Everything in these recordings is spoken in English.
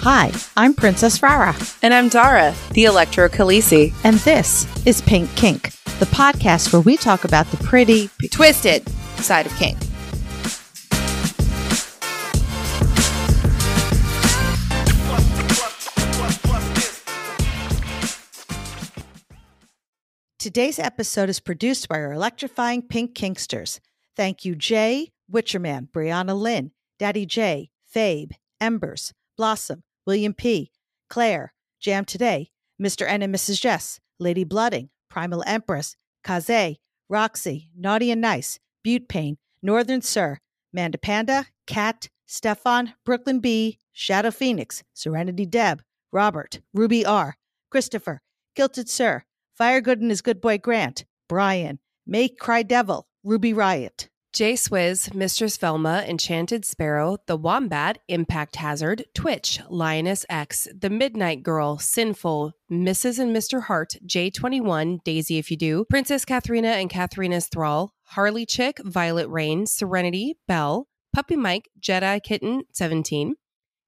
Hi, I'm Princess Rara, And I'm Dara, the Electro Khaleesi. and this is Pink Kink, the podcast where we talk about the pretty. Twisted side of kink. Today's episode is produced by our electrifying Pink Kinksters. Thank you, Jay, Witcherman, Brianna Lynn, Daddy J, Fabe, Embers, Blossom, William P., Claire, Jam Today, Mr. N and Mrs. Jess, Lady Blooding, Primal Empress, Kaze, Roxy, Naughty and Nice, Butte Pain, Northern Sir, Manda Panda, Cat, Stefan, Brooklyn B, Shadow Phoenix, Serenity Deb, Robert, Ruby R, Christopher, Kilted Sir, Fire Good and his good boy Grant, Brian, Make Cry Devil, Ruby Riot. J Swizz, Mistress Velma, Enchanted Sparrow, The Wombat, Impact Hazard, Twitch, Lioness X, The Midnight Girl, Sinful, Mrs. and Mr. Hart, J21, Daisy If You Do, Princess Katharina and Katharina's Thrall, Harley Chick, Violet Rain, Serenity, Belle, Puppy Mike, Jedi Kitten, 17,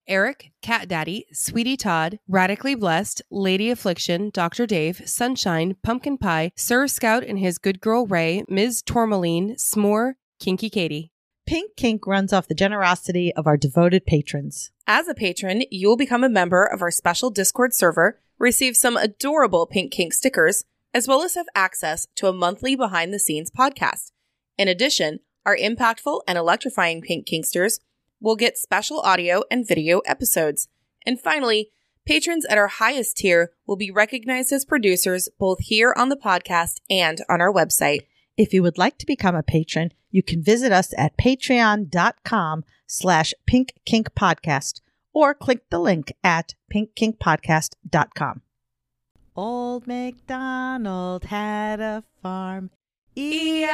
Eric, Cat Daddy, Sweetie Todd, Radically Blessed, Lady Affliction, Dr. Dave, Sunshine, Pumpkin Pie, Sir Scout and his good girl Ray, Ms. Tourmaline, S'more, Kinky Katie. Pink Kink runs off the generosity of our devoted patrons. As a patron, you will become a member of our special Discord server, receive some adorable Pink Kink stickers, as well as have access to a monthly behind the scenes podcast. In addition, our impactful and electrifying Pink Kinksters will get special audio and video episodes. And finally, patrons at our highest tier will be recognized as producers both here on the podcast and on our website. If you would like to become a patron, you can visit us at patreon.com slash Pink Kink Podcast or click the link at pinkkinkpodcast.com. Old MacDonald had a farm, E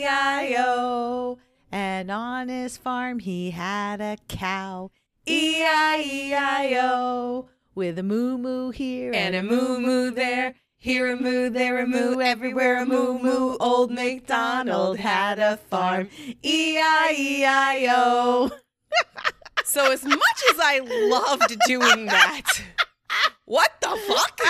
E-I-E-I-O. And on his farm he had a cow, E E-I-E-I-O. With a moo-moo here and a moo-moo there. Here a moo, there a moo, everywhere a moo moo. Old MacDonald had a farm. E I E I O. So, as much as I loved doing that, what the fuck?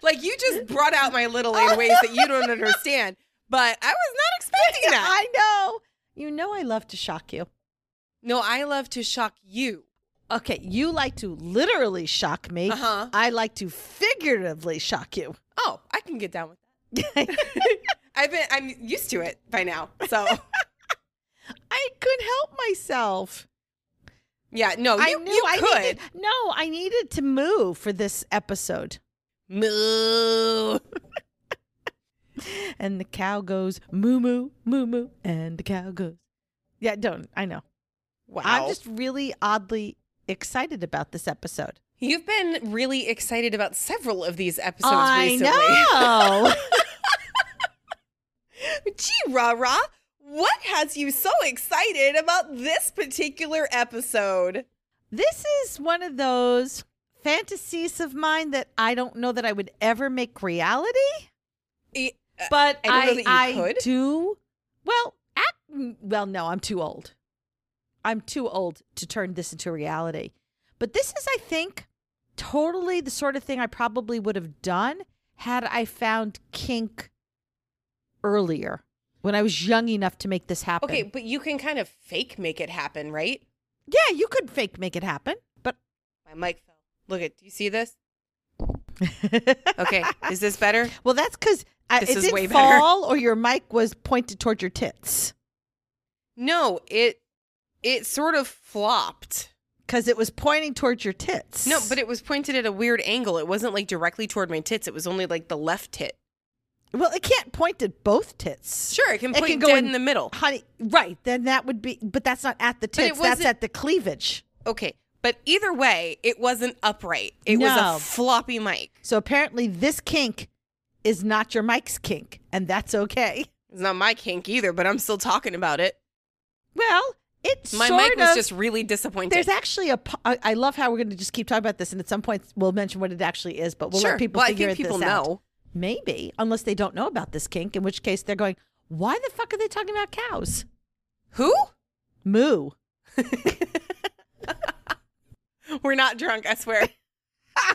Like, you just brought out my little in ways that you don't understand, but I was not expecting that. I know. You know I love to shock you. No, I love to shock you. Okay, you like to literally shock me. Uh huh. I like to figuratively shock you. Oh, I can get down with that. I've been, I'm used to it by now. So, I couldn't help myself. yeah, no, Oh, you, I knew you I could. needed. No, I needed to move for this episode. Moo. And the cow goes moo moo moo moo, and the cow goes. Yeah, don't. I know. Wow. I'm just really oddly excited about this episode. You've been really excited about several of these episodes recently. know. Uh, Gee, rah rah, what has you so excited about this particular episode? this is one of those fantasies of mine that I don't know that I would ever make reality, E- uh, but I don't know I, that you I could. do. Well, ac well, no, I'm too old. I'm too old to turn this into reality. But this is, I think, totally the sort of thing I probably would have done had I found kink earlier when I was young enough to make this happen. Okay, but you can kind of fake make it happen, right? Yeah, you could fake make it happen, but My mic fell. Look at, do you see this? Okay, is this better? well, that's because uh, This it is didn't way better. fall, or your mic was pointed toward your tits No, it it sort of flopped. because it was pointing towards your tits. No, but it was pointed at a weird angle. It wasn't like directly toward my tits. It was only like the left tit. well, it can't point at both tits. Sure, it can It point can go dead in- in the middle. honey. Right, then that would be, but that's not at the it tits. That's wasn't- at the cleavage. Okay, but either way, it wasn't upright. It was No. a floppy mic. So apparently, this kink is not your mic's kink, and that's okay. It's not my kink either, but I'm still talking about it. Well, it's My sort mic was of- just really disappointed. There's actually a. po- I I love how we're going to just keep talking about this, and at some point we'll mention what it actually is, but we'll sure. let people well, figure I think this people out. know. Maybe, unless they don't know about this kink, in which case they're going, why the fuck are they talking about cows? Who? Moo. We're not drunk, I swear.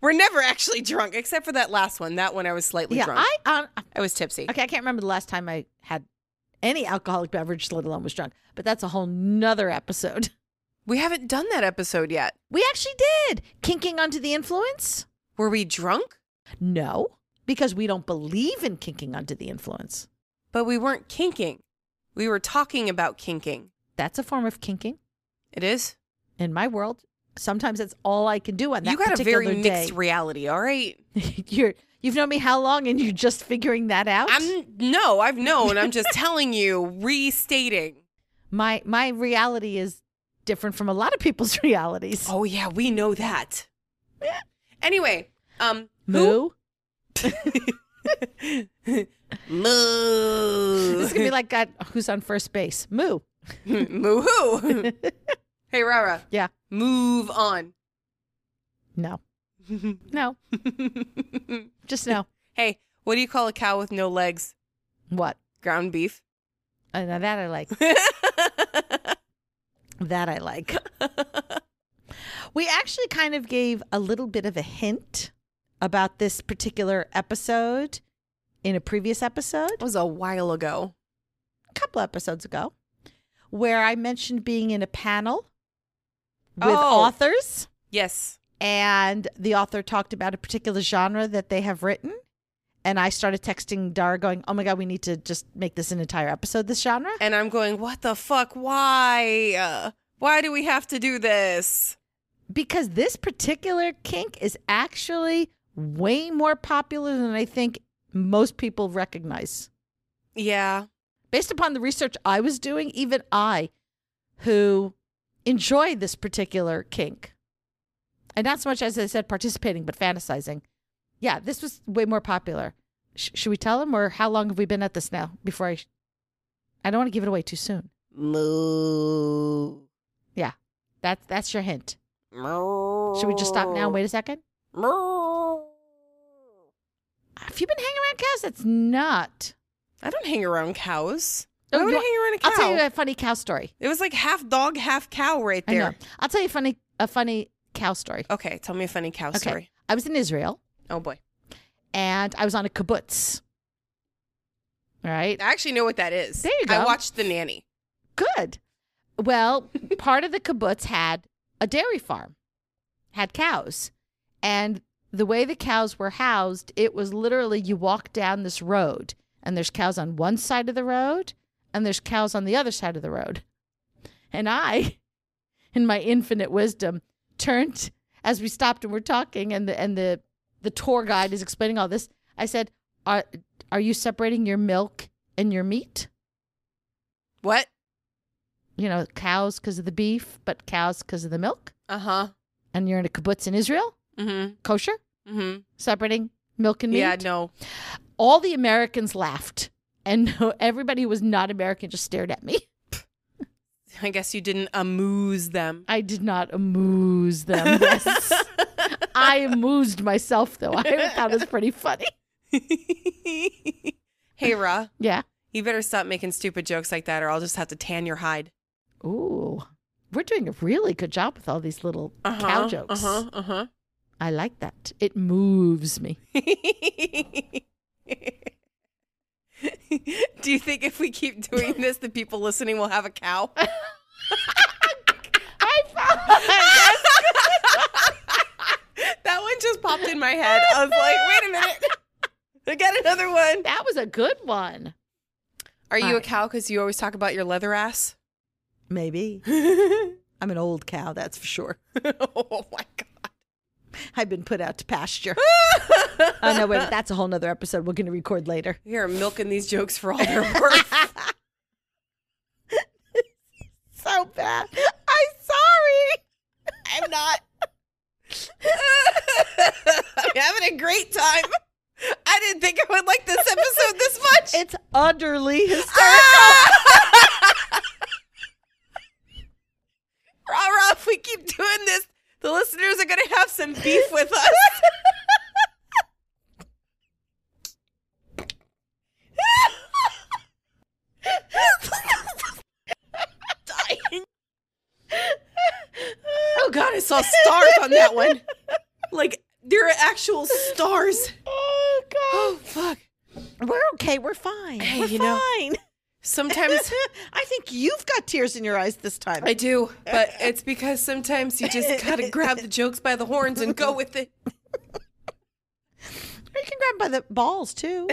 We're never actually drunk, except for that last one. That one I was slightly yeah, drunk. I, I I was tipsy. okay, I can't remember the last time I had any alcoholic beverage, let alone was drunk. But that's a whole nother episode. We haven't done that episode yet. We actually did kinking under the influence. Were we drunk? No, because we don't believe in kinking under the influence. But we weren't kinking. We were talking about kinking. That's a form of kinking It is. in my world. Sometimes that's all I can do on that you got a particular very mixed day. reality, all right? You're you've known me how long, and you're just figuring that out. I'm no, I've known. I'm just telling you, restating. my my reality is different from a lot of people's realities. Oh yeah, we know that. Anyway, um who? Moo. Moo. This is gonna be like God, who's on first base. Moo. Moo hoo. hey Rara. Yeah. Move on. No. No. Just no. hey, what do you call a cow with no legs? What? Ground beef. Uh, now that I like. That I like. we actually kind of gave a little bit of a hint about this particular episode in a previous episode, That was a while ago. a couple episodes ago, where I mentioned being in a panel with Oh. authors. Yes. And the author talked about a particular genre that they have written. And I started texting Dara, going, Oh my God, we need to just make this an entire episode, this genre. And I'm going, what the fuck? Why? Uh, why do we have to do this? because this particular kink is actually way more popular than I think most people recognize. Yeah. Based upon the research I was doing, even I, who enjoy this particular kink, and not so much as I said participating, but fantasizing. Yeah, this was way more popular. Sh- should we tell them, or how long have we been at this now? Before I, sh- I don't want to give it away too soon. Moo. Yeah, that's that's your hint. Moo. Should we just stop now and wait a second? Moo. If you've been hanging around cows, that's not. I don't hang around cows. Oh, Why would you I hang around a cow? I'll tell you a funny cow story. It was like half dog, half cow right I know. there. I'll tell you a funny a funny cow story. Okay, tell me Oh, a funny cow story. I was in Israel Oh boy. and I was on a kibbutz. All right. I actually know what that is. There you I go. watched The Nanny. Good. Well, part of the kibbutz had a dairy farm, had cows. And the way the cows were housed, it was literally you walk down this road and there's cows on one side of the road and there's cows on the other side of the road. And I, in my infinite wisdom, turned as we stopped and we're talking and the and the the tour guide is explaining all this. I said, "Are are you separating your milk and your meat?" What? you know, cows because of the beef, but cows because of the milk. Uh huh. And you're in a kibbutz in Israel, Mm kosher, hmm. Mm separating milk and hmm. meat. Yeah, no. All the Americans laughed. And no, everybody who was not American just stared at me. I guess you didn't amuse them. I did not amuse them. Yes. I amused myself, though. I thought it was pretty funny. hey, Ra, Yeah. you better stop making stupid jokes like that or I'll just have to tan your hide. Ooh. We're doing a really good job with all these little cow jokes. Uh huh. Uh huh. I like that. It moves me. Do you think if we keep doing this, the people listening will have a cow? I that one just popped in my head. I was like, wait a minute. I got another one. that was a good one. Are you a Alright. cow because you always talk about your leather ass? Maybe. I'm an old cow, that's for sure. oh my God. I've been put out to pasture. oh, no, wait, that's a whole nother episode we're going to record later. We are milking these jokes for all they're worth. So bad. I'm sorry. I'm not. I'm having a great time. I didn't think I would like this episode this much. It's utterly hysterical. Rah rah, if we keep doing this, the listeners are gonna have some beef with us. Oh, God, I saw stars on that one. Like there are actual stars. Oh Oh fuck. God, we're okay. We're fine. Hey, we're you know, fine. Sometimes I think you've got tears in your eyes this time. I do, but it's because sometimes you just gotta grab the jokes by the horns and go with it. Or you can grab by the balls too.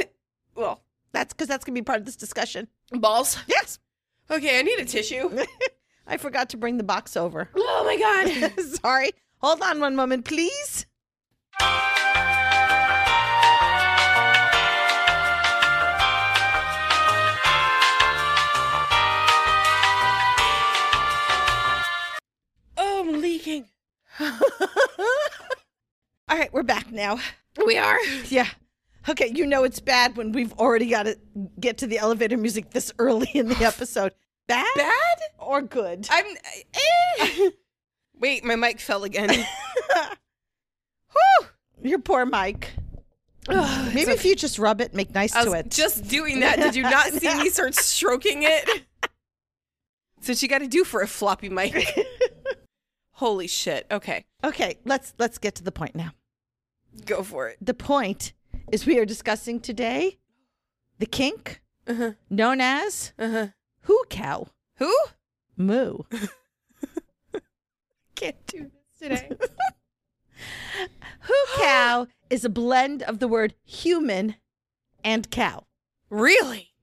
Well, That's because that's gonna be part of this discussion. balls. Yes, Okay, I need a tissue. I forgot to bring the box over. Oh my god. Sorry. Hold on one moment, please. Oh, Oh, I'm leaking. All right, we're back now. We are. Yeah. Okay, you know it's bad when we've already got to get to the elevator music this early in the episode. Bad, Bad? or good? I'm. eh. Wait, my mic fell again. Whew! Your poor mic. Ugh, Maybe it's if you just rub it, make nice I to was it. just doing that. Did you not see me start stroking it? So what you got to do for a floppy mic. Holy shit. Okay, okay, let's let's get to the point now. go for it. The point is we are discussing today the kink Uh-huh. known as Uh-huh. who cow Who? moo. Can't do this today. Who cow is a blend of the word human and cow. really?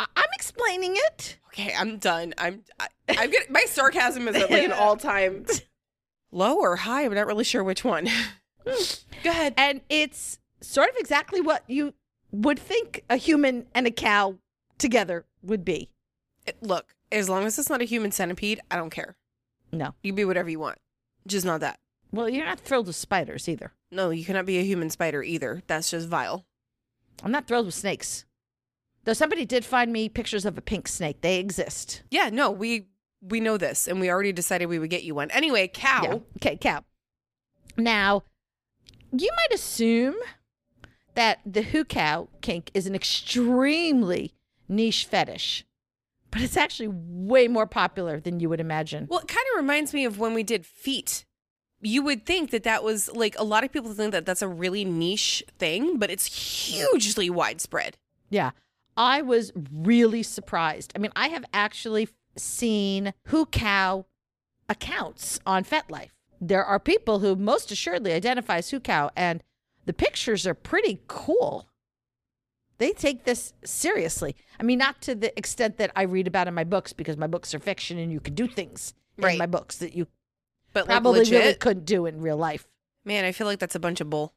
I- I'm explaining it. Okay, I'm done. I'm. I, I'm gonna, my sarcasm is at like an all time low or high. I'm not really sure which one. go ahead. And it's sort of exactly what you would think a human and a cow together would be. Look, as long as it's not a human centipede, I don't care. No. You be whatever you want. Just not that. Well, you're not thrilled with spiders either. No, you cannot be a human spider either. That's just vile. I'm not thrilled with snakes. Though somebody did find me pictures of a pink snake. They exist. Yeah, no, we we know this and we already decided we would get you one. Anyway, cow. Yeah. Okay, cow. Now, you might assume that the who cow kink is an extremely niche fetish, but it's actually way more popular than you would imagine. Well, it kind of reminds me of when we did feet. You would think that that was like a lot of people think that that's a really niche thing, but it's hugely widespread. Yeah. I was really surprised. I mean, I have actually seen who cow accounts on FetLife. There are people who most assuredly identify as who cow, and the pictures are pretty cool. They take this seriously. I mean, not to the extent that I read about in my books because my books are fiction and you can do things Right. in my books that you But like probably legit, really couldn't do in real life. man, I feel like that's a bunch of bull.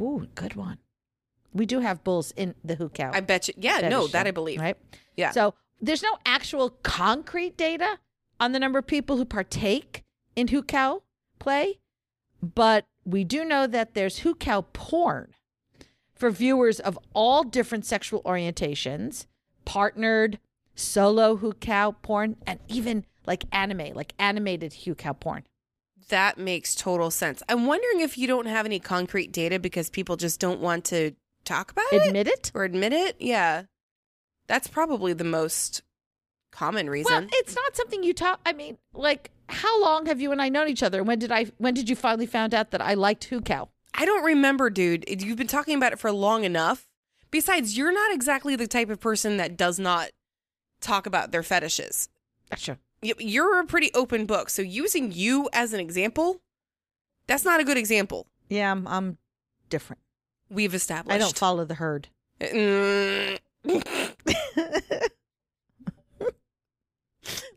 Ooh, good one. We do have bulls in the who cow. I bet you. Yeah, no, fetish, that though, I believe. Right? Yeah. So there's no actual concrete data on the number of people who partake in hookah play, but we do know that there's hookah porn for viewers of all different sexual orientations, partnered, solo hookah porn, and even like anime, like animated hookah porn. That makes total sense. I'm wondering if you don't have any concrete data because people just don't want to talk about it. Admit it? or admit it. Yeah. That's probably the most common Well, reason. it's not something you talk. I mean, like, how long have you and I known each other? When did I? When did you finally found out that I liked hookah? I don't remember, dude. It- You've been talking about it for long enough. Besides, you're not exactly the type of person that does not talk about their fetishes. Sure. Y- You're a pretty open book. So using you as an example, that's not a good example. Yeah, I'm, I'm different. We've established. I don't follow the herd. Mm.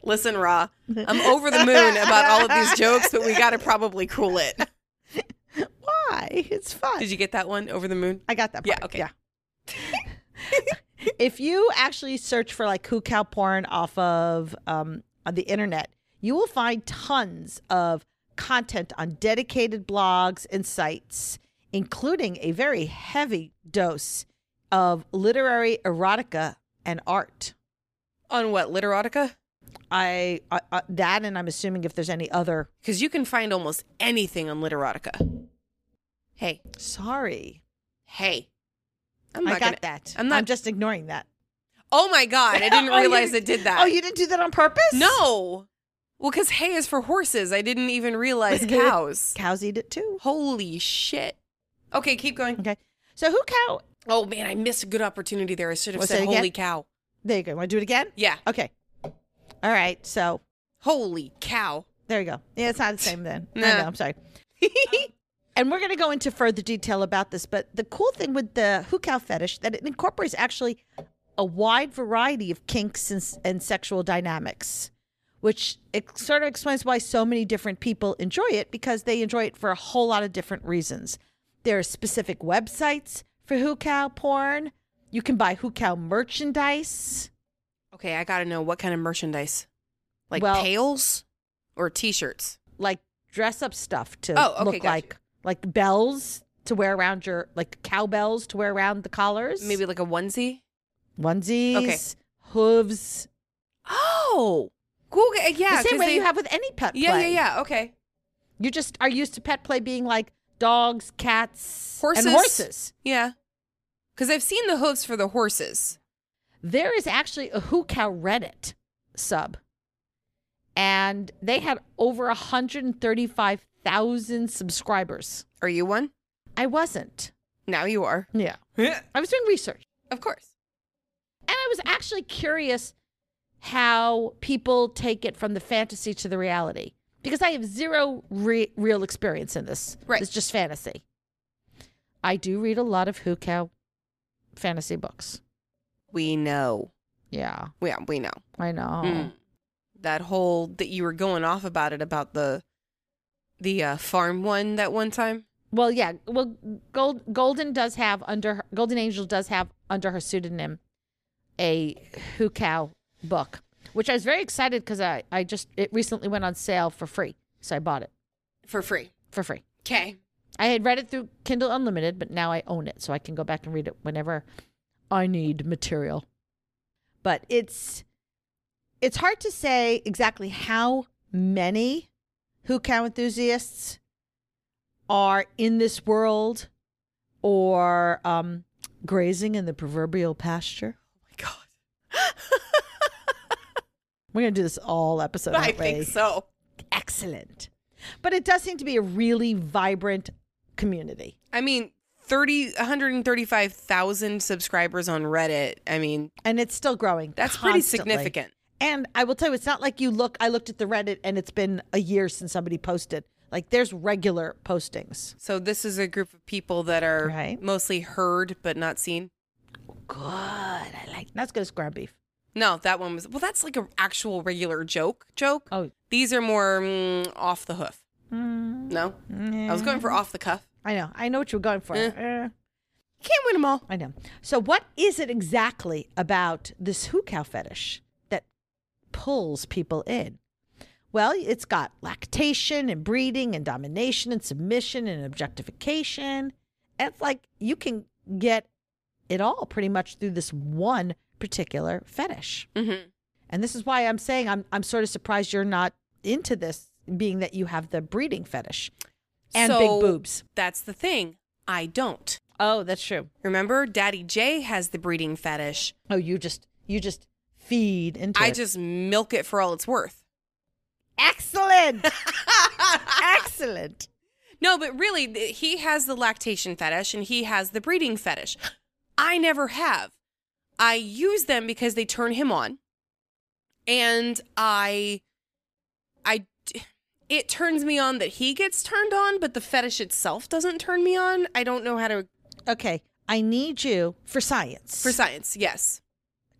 Listen, Ra, I'm over the moon about all of these jokes, but we got to probably cool it. Why? It's fun. Did you get that one over the moon? I got that Yeah, part. okay. if you actually search for like who cow porn off of um, on the internet, you will find tons of content on dedicated blogs and sites, including a very heavy dose of literary erotica and art. On what literotica? I, I, I that, and I'm assuming if there's any other. Because you can find almost anything on literotica. Hey, Sorry, hey, I'm I not got gonna- that. I'm not. I'm just ignoring that. oh my god, I didn't Oh, you oh, realize didn't- it did that. Oh, you didn't do that on purpose? no. Well, because hay is for horses. I didn't even realize cows. Cows eat it too. Holy shit. Okay, keep going. Okay. So who cow? Oh man, I missed a good opportunity there. I should have What's said that again? holy cow. There you go. Want to do it again? Yeah. Okay. All right. So Holy cow. there you go. Yeah, it's not the same then. I Nah. know. I'm sorry. and we're going to go into further detail about this, but the cool thing with the who cow fetish that it incorporates actually a wide variety of kinks and, and sexual dynamics, which it sort of explains why so many different people enjoy it because they enjoy it for a whole lot of different reasons. There are specific websites for who cow porn. You can buy who cow merchandise. Okay, I gotta know what kind of merchandise. Like Well- pails or t shirts? like dress up stuff to Oh, okay, look gotcha. like like bells to wear around your like cowbells to wear around the collars. Maybe like a onesie? onesies, hooves. Oh. Cool. okay, Yeah. the same 'cause way they- you have with any pet Yeah, play. yeah, yeah. Okay. You just are used to pet play being like dogs, cats, Horses. and horses. Yeah. Because I've seen the hooves for the horses. There is actually a Who Cow Reddit sub, and they had over 135,000 subscribers. Are you one? I wasn't. Now you are. Yeah. Yeah. I was doing research. Of course. And I was actually curious how people take it from the fantasy to the reality because I have zero re- real experience in this. Right. It's just fantasy. I do read a lot of who cow fantasy books. We know. Yeah, Yeah, we know. I know. Mm. That whole that you were going off about it about the the uh, farm one that one time. Well, yeah. Well, Gold, Golden does have under her, Golden Angel does have under her pseudonym a who cow book, which I was very excited because I I just it recently went on sale for free, so I bought it For free. for free. Okay. I had read it through Kindle Unlimited, but now I own it, so I can go back and read it whenever I need material. But it's it's hard to say exactly how many who cow enthusiasts are in this world or um, grazing in the proverbial pasture. Oh my god. We're gonna do this all episode. I aren't we? think so. Excellent. But it does seem to be a really vibrant community. I mean, 30 135,000 subscribers on Reddit. I mean, And it's still growing. that's pretty constantly. significant. And I will tell you, it's not like you look. I looked at the Reddit, and it's been a year since somebody posted. Like there's regular postings. So this is a group of people that are Right. mostly heard but not seen. Good, I like that's good as ground beef. No, that one was well. That's like an actual regular joke. Joke. Oh, These are more mm, off the hoof. Mm. No, I was going for off the cuff. I know, I know what you were going for. Eh. Eh, You can't win them all. I know. So, what is it exactly about this hoo cow fetish that pulls people in? Well, it's got lactation and breeding and domination and submission and objectification. It's like you can get it all pretty much through this one particular fetish. Mm-hmm. And this is why I'm saying I'm I'm sort of surprised you're not into this, being that you have the breeding fetish and big boobs. That's the thing. I don't. Oh, that's true. Remember, Daddy J has the breeding fetish. Oh, you just you just feed into I it. just milk it for all it's worth. excellent, excellent. No, but really, th- he has the lactation fetish and he has the breeding fetish. I never have. I use them because they turn him on, and I, I, d- it turns me on that he gets turned on, but the fetish itself doesn't turn me on. I don't know how to Okay, I need you for science for science. Yes,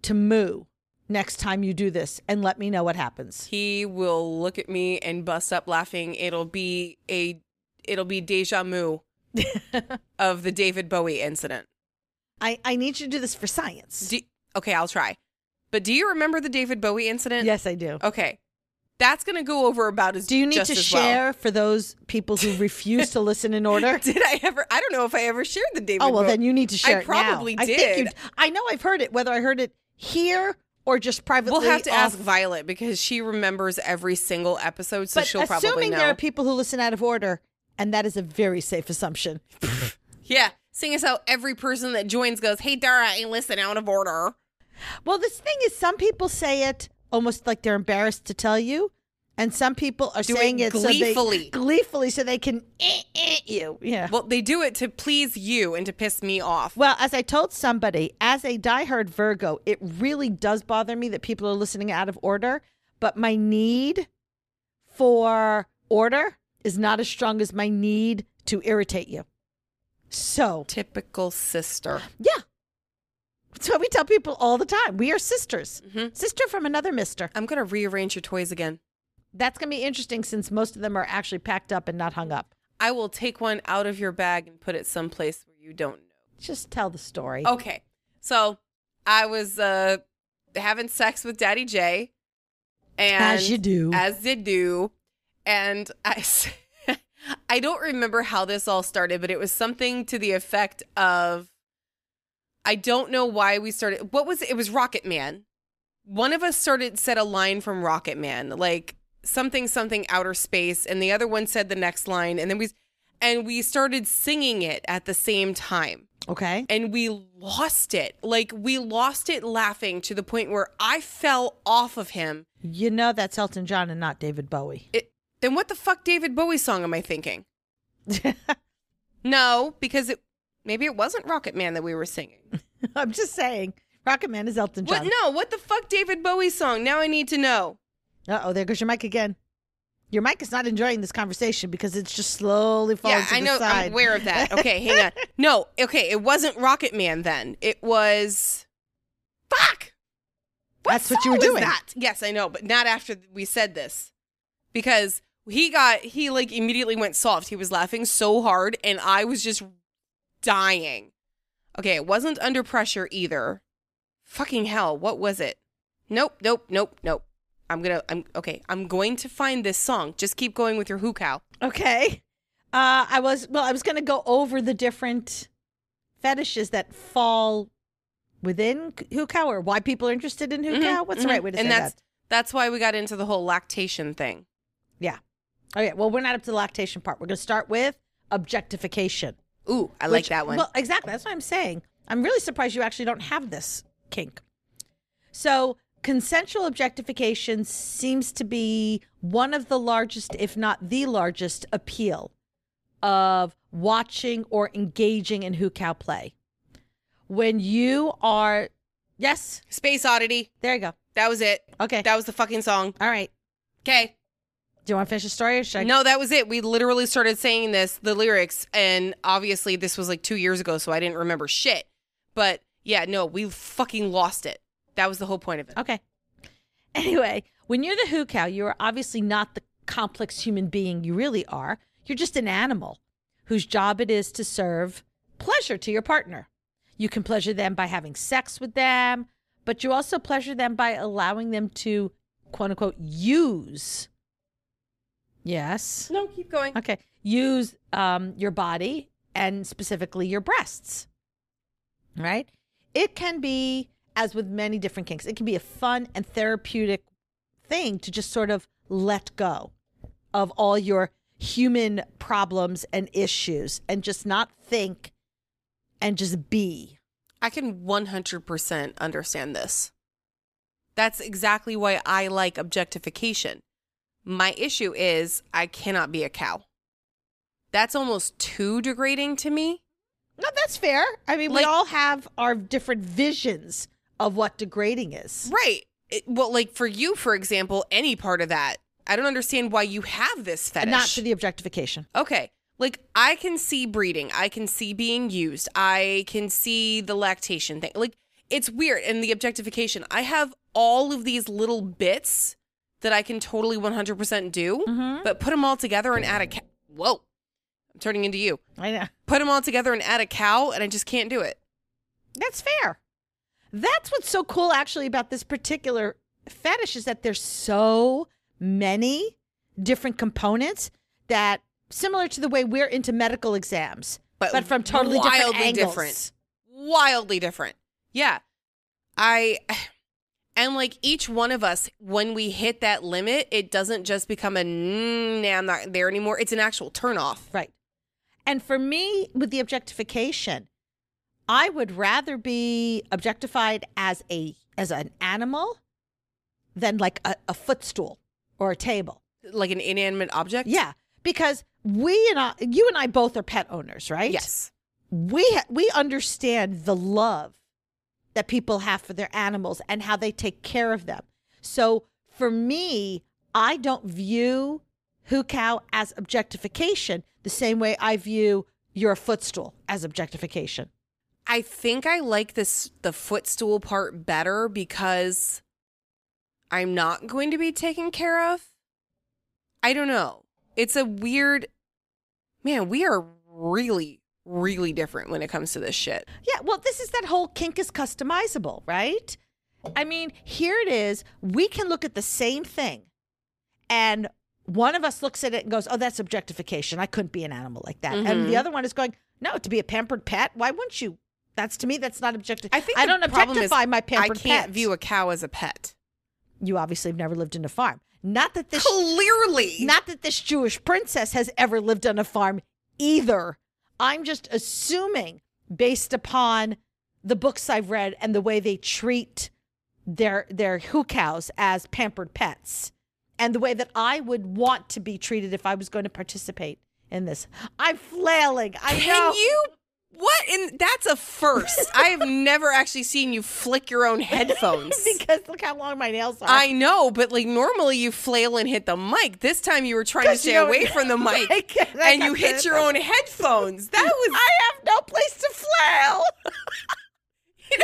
to moo next time you do this and let me know what happens. he will look at me and bust up laughing. It'll be a, it'll be deja vu of the David Bowie incident. I I need you to do this for science. Do, okay, I'll try. But do you remember the David Bowie incident? yes, I do. Okay. That's going to go over about as Do you need Oh, just to as well. share for those people who refuse to listen in order? Did I ever? I don't know if I ever shared the David Oh well, Bowie. then you need to share. I it now. probably I think you, did. I know I've heard it. Whether I heard it here or just privately, We'll have to off- ask Violet because she remembers every single episode, so but she'll assuming probably know. there are people who listen out of order, and that is a very safe assumption. yeah, seeing as how every person that joins goes, "Hey, Dara, I listen out of order." Well, this thing is, some people say it almost like they're embarrassed to tell you, And some people are Do it saying it so gleefully. they, gleefully, so they can eh, eh, you. Yeah. Well, they do it to please you and to piss me off. Well, as I told somebody, as a diehard Virgo, it really does bother me that people are listening out of order, but my need for order is not as strong as my need to irritate you. So, Typical sister. yeah. That's what we tell people all the time. We are sisters. Mm-hmm. Sister from another mister. I'm going to rearrange your toys again. That's going to be interesting since most of them are actually packed up and not hung up. I will take one out of your bag and put it someplace where you don't know. Just tell the story. Okay. So I was uh, having sex with Daddy J. And As you do. As you do. And I, s- I don't remember how this all started, but it was something to the effect of I don't know why we started. What was it? It was Rocket Man. One of us started said a line from Rocket Man, like something something outer space, and the other one said the next line, and then we and we started singing it at the same time Okay. and we lost it. Like we lost it laughing to the point where I fell off of him. You know that's Elton John and not David Bowie. It, then what the fuck David Bowie song am I thinking? No, because it maybe it wasn't Rocket Man that we were singing. I'm just saying. Rocket Man is Elton What John. no, what the fuck David Bowie song? Now I need to know. Uh oh, there goes your mic again. Your mic is not enjoying this conversation because it's just slowly falling yeah, to I the know side. I'm aware of that. Okay, hang on. No, okay, it wasn't Rocket Man then. It was Fuck. That's what you song were was doing. That? Yes, I know, but not after we said this. Because he got he like immediately went soft. He was laughing so hard and I was just dying. Okay, it wasn't under pressure either. Fucking hell, what was it? Nope, nope, nope, nope. I'm gonna I'm okay, I'm going to find this song. Just keep going with your hoo cow. Okay. Uh, I was well. I was going to go over the different fetishes that fall within hookah or why people are interested in hookah. Mhm, What's the right mhm. way to and say that's, that? That's why we got into the whole lactation thing. Yeah. Okay. Well, we're not up to the lactation part. We're going to start with objectification. Ooh, I Which- like that one. Well, exactly. That's what I'm saying. I'm really surprised you actually don't have this kink. So, consensual objectification seems to be one of the largest, if not the largest, appeal of watching or engaging in hookah play. When you are, yes, Space Oddity. there you go. That was it. Okay. That was the fucking song. All right. Okay. Do you want to finish the story or should I? No, that was it. We literally started saying this, the lyrics, and obviously this was like two years ago, so I didn't remember shit. But yeah, no, we fucking lost it. That was the whole point of it. Okay. Anyway, when you're the who cow, you are obviously not the complex human being you really are. You're just an animal whose job it is to serve pleasure to your partner. You can pleasure them by having sex with them, but you also pleasure them by allowing them to quote unquote use. Yes. No, keep going. Okay. Use um, your body and specifically your breasts. Right? It can be, as with many different kinks, it can be a fun and therapeutic thing to just sort of let go of all your human problems and issues and just not think and just be. I can 100% understand this. That's exactly why I like objectification. My issue is I cannot be a cow. That's almost too degrading to me. No, that's fair. I mean, we Like- all have our different visions of what degrading is. Right. It- well, like for you, for example, any part of that, I don't understand why you have this fetish. Not for the objectification. Okay. Like I can see breeding, I can see being used, I can see the lactation thing. Like it's weird and the objectification. I have all of these little bits that I can totally 100% do, but put them all together and add a cow. Whoa. I'm turning into you. I know. Put them all together and add a cow and I just can't do it. That's fair. That's what's so cool actually about this particular fetish is that there's so many different components that similar to the way we're into medical exams, But but, from totally different wildly angles. different. wildly different. Yeah. I and like each one of us when we hit that limit, it doesn't just become a mm, nah, I'm not there anymore. It's an actual turnoff. Right. And for me with the objectification, I would rather be objectified as a as an animal than like a, a footstool or a table. like an inanimate object? Yeah, because we and I, you and I both are pet owners, right? Yes. we ha- we understand the love that people have for their animals and how they take care of them. So for me, I don't view who cow as objectification the same way I view your footstool as objectification. I think I like this the footstool part better because I'm not going to be taken care of. I don't know. It's a weird man, we are really, really different when it comes to this shit. Yeah, well, this is that whole kink is customizable, right? I mean, here it is. We can look at the same thing, and one of us looks at it and goes, "Oh, that's objectification. I couldn't be an animal like that." And Mm-hmm. the other one is going, "No, to be a pampered pet. Why wouldn't you? That's to me, that's not objective. I think I the don't problem is objectify my pampered I can't pets. view a cow as a pet. you obviously have never lived in a farm. Not that this, Clearly. not that this Jewish princess has ever lived on a farm either. I'm just assuming based upon the books I've read and the way they treat their their hoo cows as pampered pets and the way that I would want to be treated if I was going to participate in this. I'm flailing. I Can know. you? What? And that's a first. I have never actually seen you flick your own headphones. because look how long my nails are. I know, but like normally you flail and hit the mic. This time you were trying to 'Cause you stay know- away from the mic I can't- I and you got hit this. your own headphones. That was, I have no place to flail. you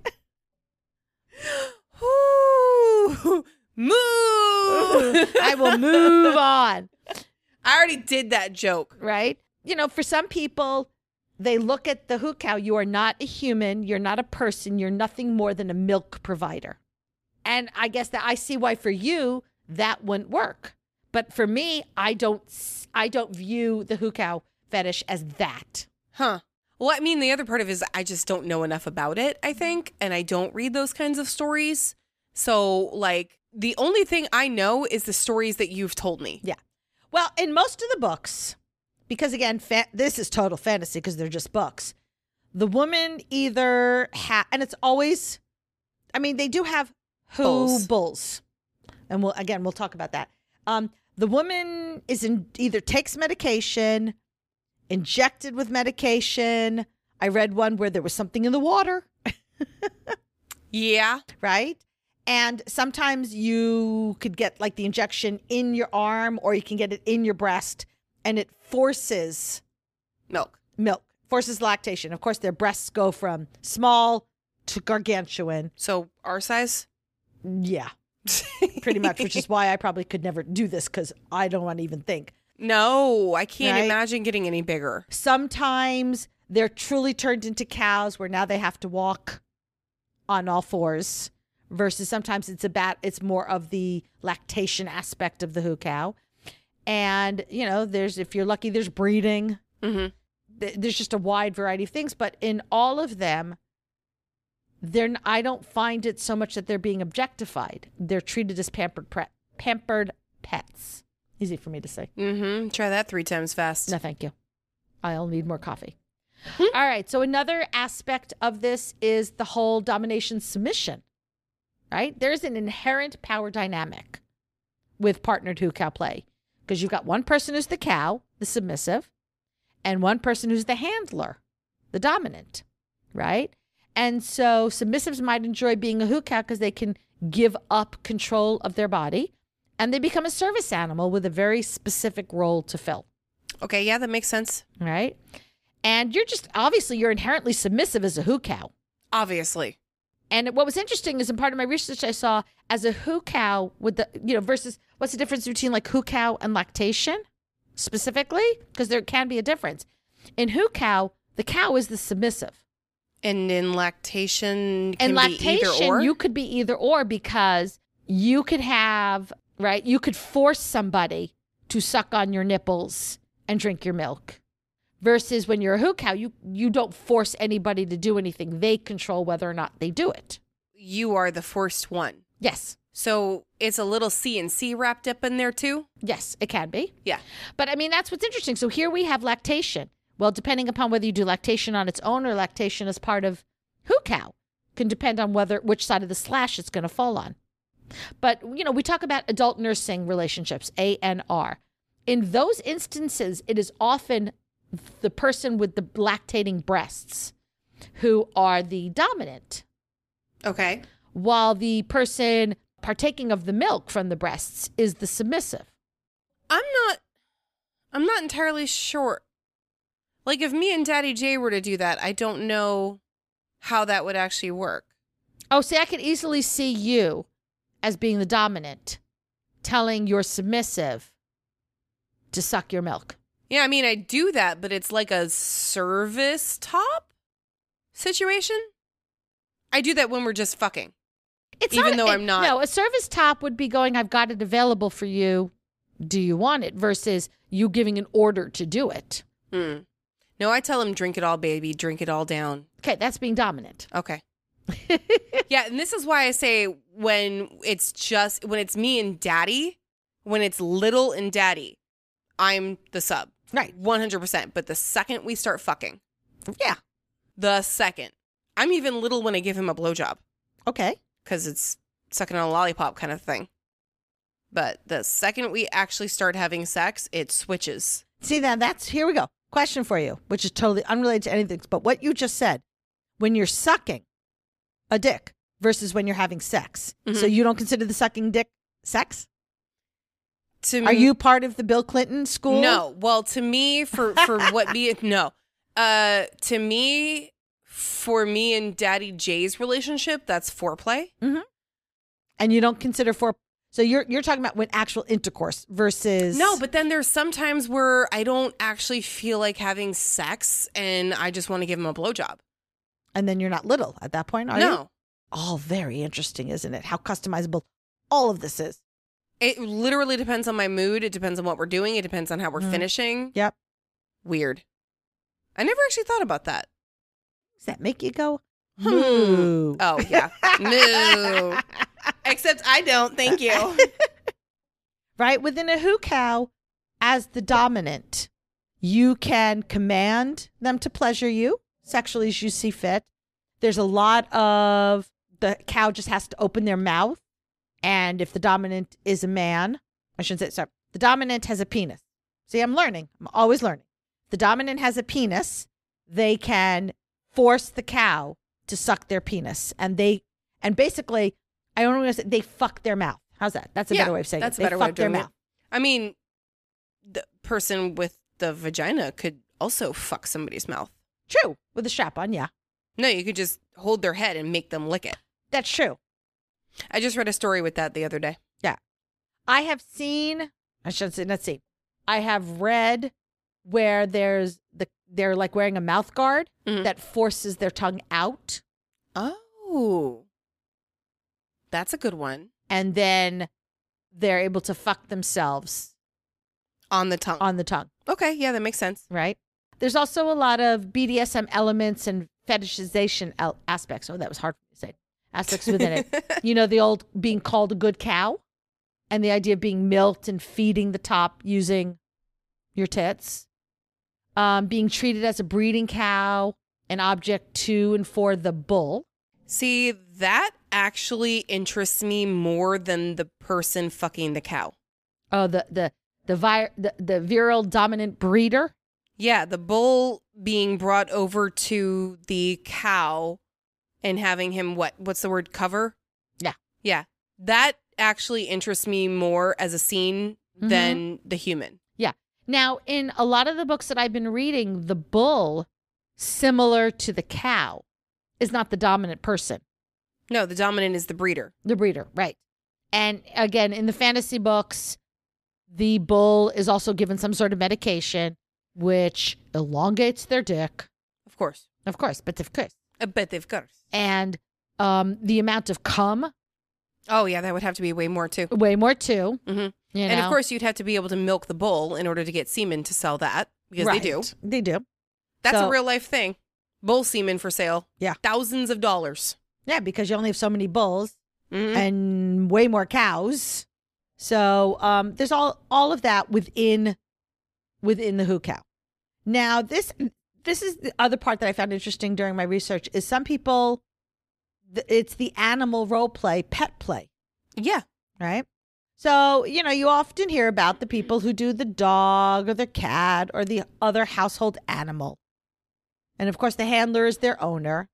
know. Ooh, move. I will move on. I already did that joke. right? You know, for some people, they look at the hukau, you are not a human, you're not a person, you're nothing more than a milk provider. And I guess that I see why for you that wouldn't work. But for me, I don't s- I don't view the hukau fetish as that. Huh. Well, I mean, the other part of it is I just don't know enough about it, I think, and I don't read those kinds of stories. So, like, the only thing I know is the stories that you've told me. Well, in most of the books, because again, fa- this is total fantasy because they're just books. The woman either ha- and it's always, I mean, they do have who Bulls. bulls, and we'll again we'll talk about that. Um, the woman is in either takes medication, injected with medication. I read one where there was something in the water Yeah. right? And sometimes you could get like the injection in your arm or you can get it in your breast and it forces Milk. milk, forces lactation. Of course, their breasts go from small to gargantuan. So, our size? Yeah, pretty much, which is why I probably could never do this because I don't want to even think. No, I can't Right? imagine getting any bigger. Sometimes they're truly turned into cows where now they have to walk on all fours versus sometimes it's about it's more of the lactation aspect of the hoo cow. And you know, there's if you're lucky there's breeding. Mhm. Th- There's just a wide variety of things, but in all of them they're n- I don't find it so much that they're being objectified. They're treated as pampered pre- pampered pets. Easy for me to say. Mm-hmm. Try that three times fast. No, thank you. I'll need more coffee. All right. So another aspect of this is the whole domination submission, right? There's an inherent power dynamic with partnered who cow play because you've got one person who's the cow, the submissive, and one person who's the handler, the dominant, right? And so submissives might enjoy being a hoo cow because they can give up control of their body and they become a service animal with a very specific role to fill Okay, yeah, that makes sense. right? And you're just obviously you're inherently submissive as a hoo cow. Obviously. And what was interesting is in part of my research I saw as a hoo cow with the you know versus what's the difference between like hoo cow and lactation specifically because there can be a difference. In hoo cow, the cow is the submissive. And in lactation, And can be either or. lactation, you could be either or because you could have, right? You could force somebody to suck on your nipples and drink your milk. Versus when you're a hoo cow, you, you don't force anybody to do anything. They control whether or not they do it. you are the first one. Yes. So it's a little C and C wrapped up in there too. Yes, it can be. Yeah. But I mean, that's what's interesting. So here we have lactation. Well, depending upon whether you do lactation on its own or lactation as part of hoo cow, can depend on whether which side of the slash it's going to fall on. But, you know, we talk about adult nursing relationships, ANR. In those instances, it is often the person with the lactating breasts who are the dominant, Okay. while the person partaking of the milk from the breasts is the submissive. I'm not I'm not entirely sure. Like if me and Daddy J were to do that, I don't know how that would actually work. Oh, see, I could easily see you as being the dominant, telling your submissive to suck your milk. Yeah, I mean I do that, but it's like a service top situation. I do that when we're just fucking. It's not- Even though it- I'm not- No, a service top would be going, I've got it available for you. Do you want it? Versus you giving an order to do it. Mm. No, I tell him drink it all, baby, drink it all down. Okay, that's being dominant. Okay. yeah, and this is why I say when it's just when it's me and daddy, when it's little and daddy, I'm the sub. Right. 100%. But the second we start fucking, Yeah. the second, I'm even little when I give him a blowjob Okay. because it's sucking on a lollipop kind of thing. But the second we actually start having sex, it switches. See, now that's here we go. Question for you, which is totally unrelated to anything, but what you just said when you're sucking a dick versus when you're having sex. Mm-hmm. So you don't consider the sucking dick sex? To Are me- you part of the Bill Clinton school? No. Well, to me, for for what me, no. Uh, to me, for me and Daddy Jay's relationship, that's foreplay. And you don't consider for so you're you're talking about when actual intercourse versus No, but then there's sometimes where I don't actually feel like having sex, and I just want to give him a blowjob. and then you're not little at that point, are you? No, All very interesting, isn't it? How customizable all of this is. it literally depends on my mood. It depends on what we're doing. It depends on how we're Mm. finishing. Yep. Weird. I never actually thought about that. Does that make you go? Hmm. Moo. Oh yeah, no. Except I don't. Thank you. right? Within a who cow, as the dominant, you can command them to pleasure you sexually as you see fit. There's a lot of the cow just has to open their mouth. And if the dominant is a man, I shouldn't say, sorry, the dominant has a penis. See, I'm learning. I'm always learning. The dominant has a penis. They can force the cow to suck their penis. And they, and basically, I don't want to say they fuck their mouth. How's that? That's a Yeah, better way of saying that's it. a better they way fuck of their doing it. mouth. I mean, the person with the vagina could also fuck somebody's mouth. True. With a strap on, yeah. No, you could just hold their head and make them lick it. That's true. I just read a story with that the other day. I have seen I should say let's see. I have read where there's the they're like wearing a mouth guard Mhm. that forces their tongue out Oh, that's a good one and then they're able to fuck themselves on the tongue. on the tongue, okay, yeah, that makes sense. right? There's also a lot of BDSM elements and fetishization el- aspects. Oh, that was hard for me to say. Aspects within it. you know, the old being called a good cow and the idea of being milked and feeding the top using your tits, um, being treated as a breeding cow, an object to and for the bull. See, that actually interests me more than the person fucking the cow. Oh, the the the, vir- the the virile dominant breeder. Yeah, the bull being brought over to the cow and having him what what's the word cover? Yeah. Yeah. That actually interests me more as a scene than the human. Now, in a lot of the books that I've been reading, the bull, similar to the cow, is not the dominant person, No, the dominant is the breeder. the breeder, right? And again, in the fantasy books, the bull is also given some sort of medication, which elongates their dick, Of course. Uh, of course, but of course, A bit of course. and um, the amount of cum, Oh yeah, that would have to be way more too. way more too. hmm You And know? of course you'd have to be able to milk the bull in order to get semen to sell that because they do. Right. They do. That's So- a real life thing. Bull semen for sale. Yeah. Thousands of dollars. Yeah, because you only have so many bulls Mm-hmm. Mm-hmm. Mhm. and way more cows. So um, there's all all of that within within the who cow. Now this this is the other part that I found interesting during my research is some people th- it's the animal role play pet play Yeah. right? So, you know, you often hear about the people who do the dog or the cat or the other household animal. And of course, the handler is their owner.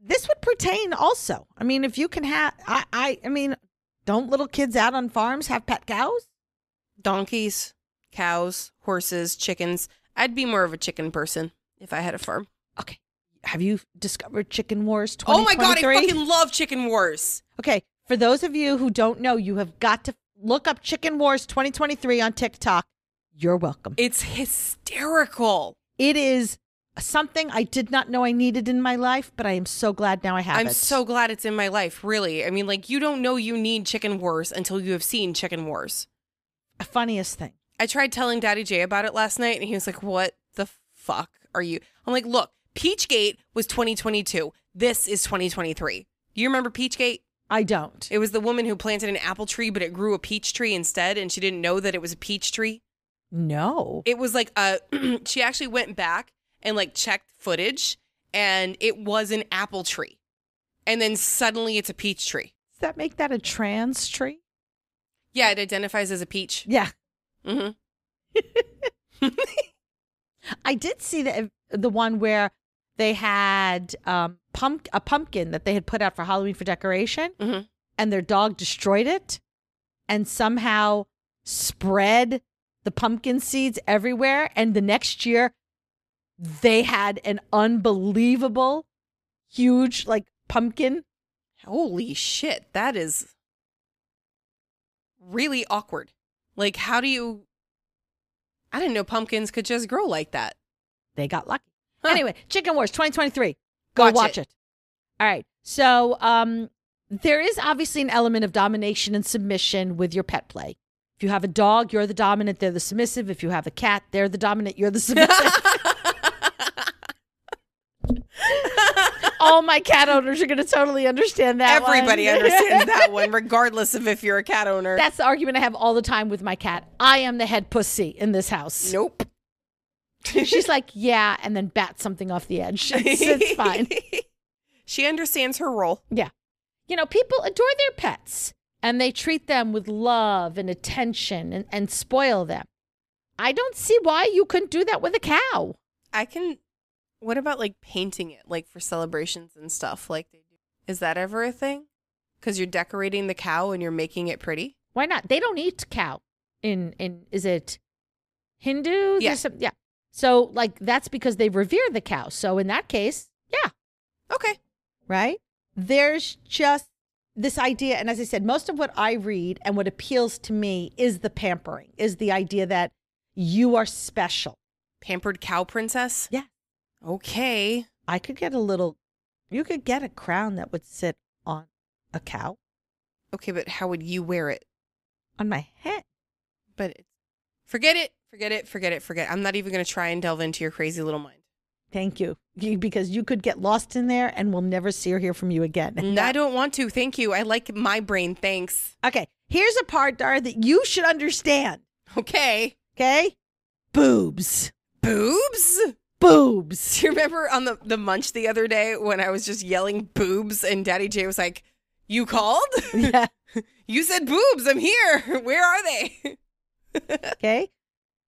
This would pertain also. I mean, if you can have, I, I, I mean, don't little kids out on farms have pet cows? Donkeys, Cows, horses, chickens. I'd be more of a chicken person if I had a farm. Okay. Have you discovered Chicken Wars Oh my god, I 2023? fucking love chicken wars. Okay, for those of you who don't know, you have got to look up Chicken Wars 2023 on TikTok. You're welcome. It's hysterical. It is something I did not know I needed in my life, but I am so glad now I have I'm it. so glad it's in my life, really. I mean, like, you don't know you need chicken wars until you have seen chicken wars. funniest thing. I tried telling Daddy J about it last night, and he was like, What the fuck are you? I'm like, Look, Peachgate was 2022. This is 2023. Do you remember Peachgate? I don't. It was the woman who planted an apple tree, but it grew a peach tree instead, and she didn't know that it was a peach tree. no. It was like a, she actually went back and like checked footage, and it was an apple tree. And then suddenly it's a peach tree. Does that make that a trans tree? Yeah, it identifies as a peach. Yeah. hmm I did see the the one where they had um pump a pumpkin that they had put out for Halloween for decoration, Mhm. and their dog destroyed it, and somehow spread the pumpkin seeds everywhere. And the next year, they had an unbelievable, huge like pumpkin. Holy shit, that is really awkward. Like, how do you? I didn't know pumpkins could just grow like that. They got lucky. Huh. Anyway, Chicken Wars 2023. Go watch, Watch it. it. All right. So um, there is obviously an element of domination and submission with your pet play. If you have a dog, you're the dominant, they're the submissive. If you have a cat, they're the dominant, you're the submissive. All my cat owners are going to totally understand that. one. Everybody understands that one, regardless of if you're a cat owner. That's the argument I have all the time with my cat. I am the head pussy in this house. nope. She's like, yeah, and then bats something off the edge. It's, it's fine. she understands her role. you know, people adore their pets and they treat them with love and attention and, and spoil them. I don't see why you couldn't do that with a cow. I can. What about like painting it, like for celebrations and stuff, like they do? Is that ever a thing? Because you're decorating the cow and you're making it pretty. Why not? They don't eat cow in in is it Hindu? Yeah. Some, yeah. So like that's because they revere the cow. So in that case, yeah. Okay. right? There's just this idea. And as I said, most of what I read and what appeals to me is the pampering, is the idea that you are special. Pampered cow princess. Yeah. Okay. I could get a little, you could get a crown that would sit on a cow Okay, but how would you wear it? on my head. But it, forget it. Forget it. Forget it. Forget. It. I'm not even going to try and delve into your crazy little mind. Thank you. You- Because you could get lost in there and we'll never see or hear from you again. I don't want to. Thank you. I like my brain. Thanks. Okay. Here's a part, Dara, that you should understand. Okay. Okay. Boobs. Boobs. Boobs. Do you remember on the, the munch the other day when I was just yelling boobs and Daddy J was like, You called? Yeah. You said boobs. I'm here. Where are they? Okay.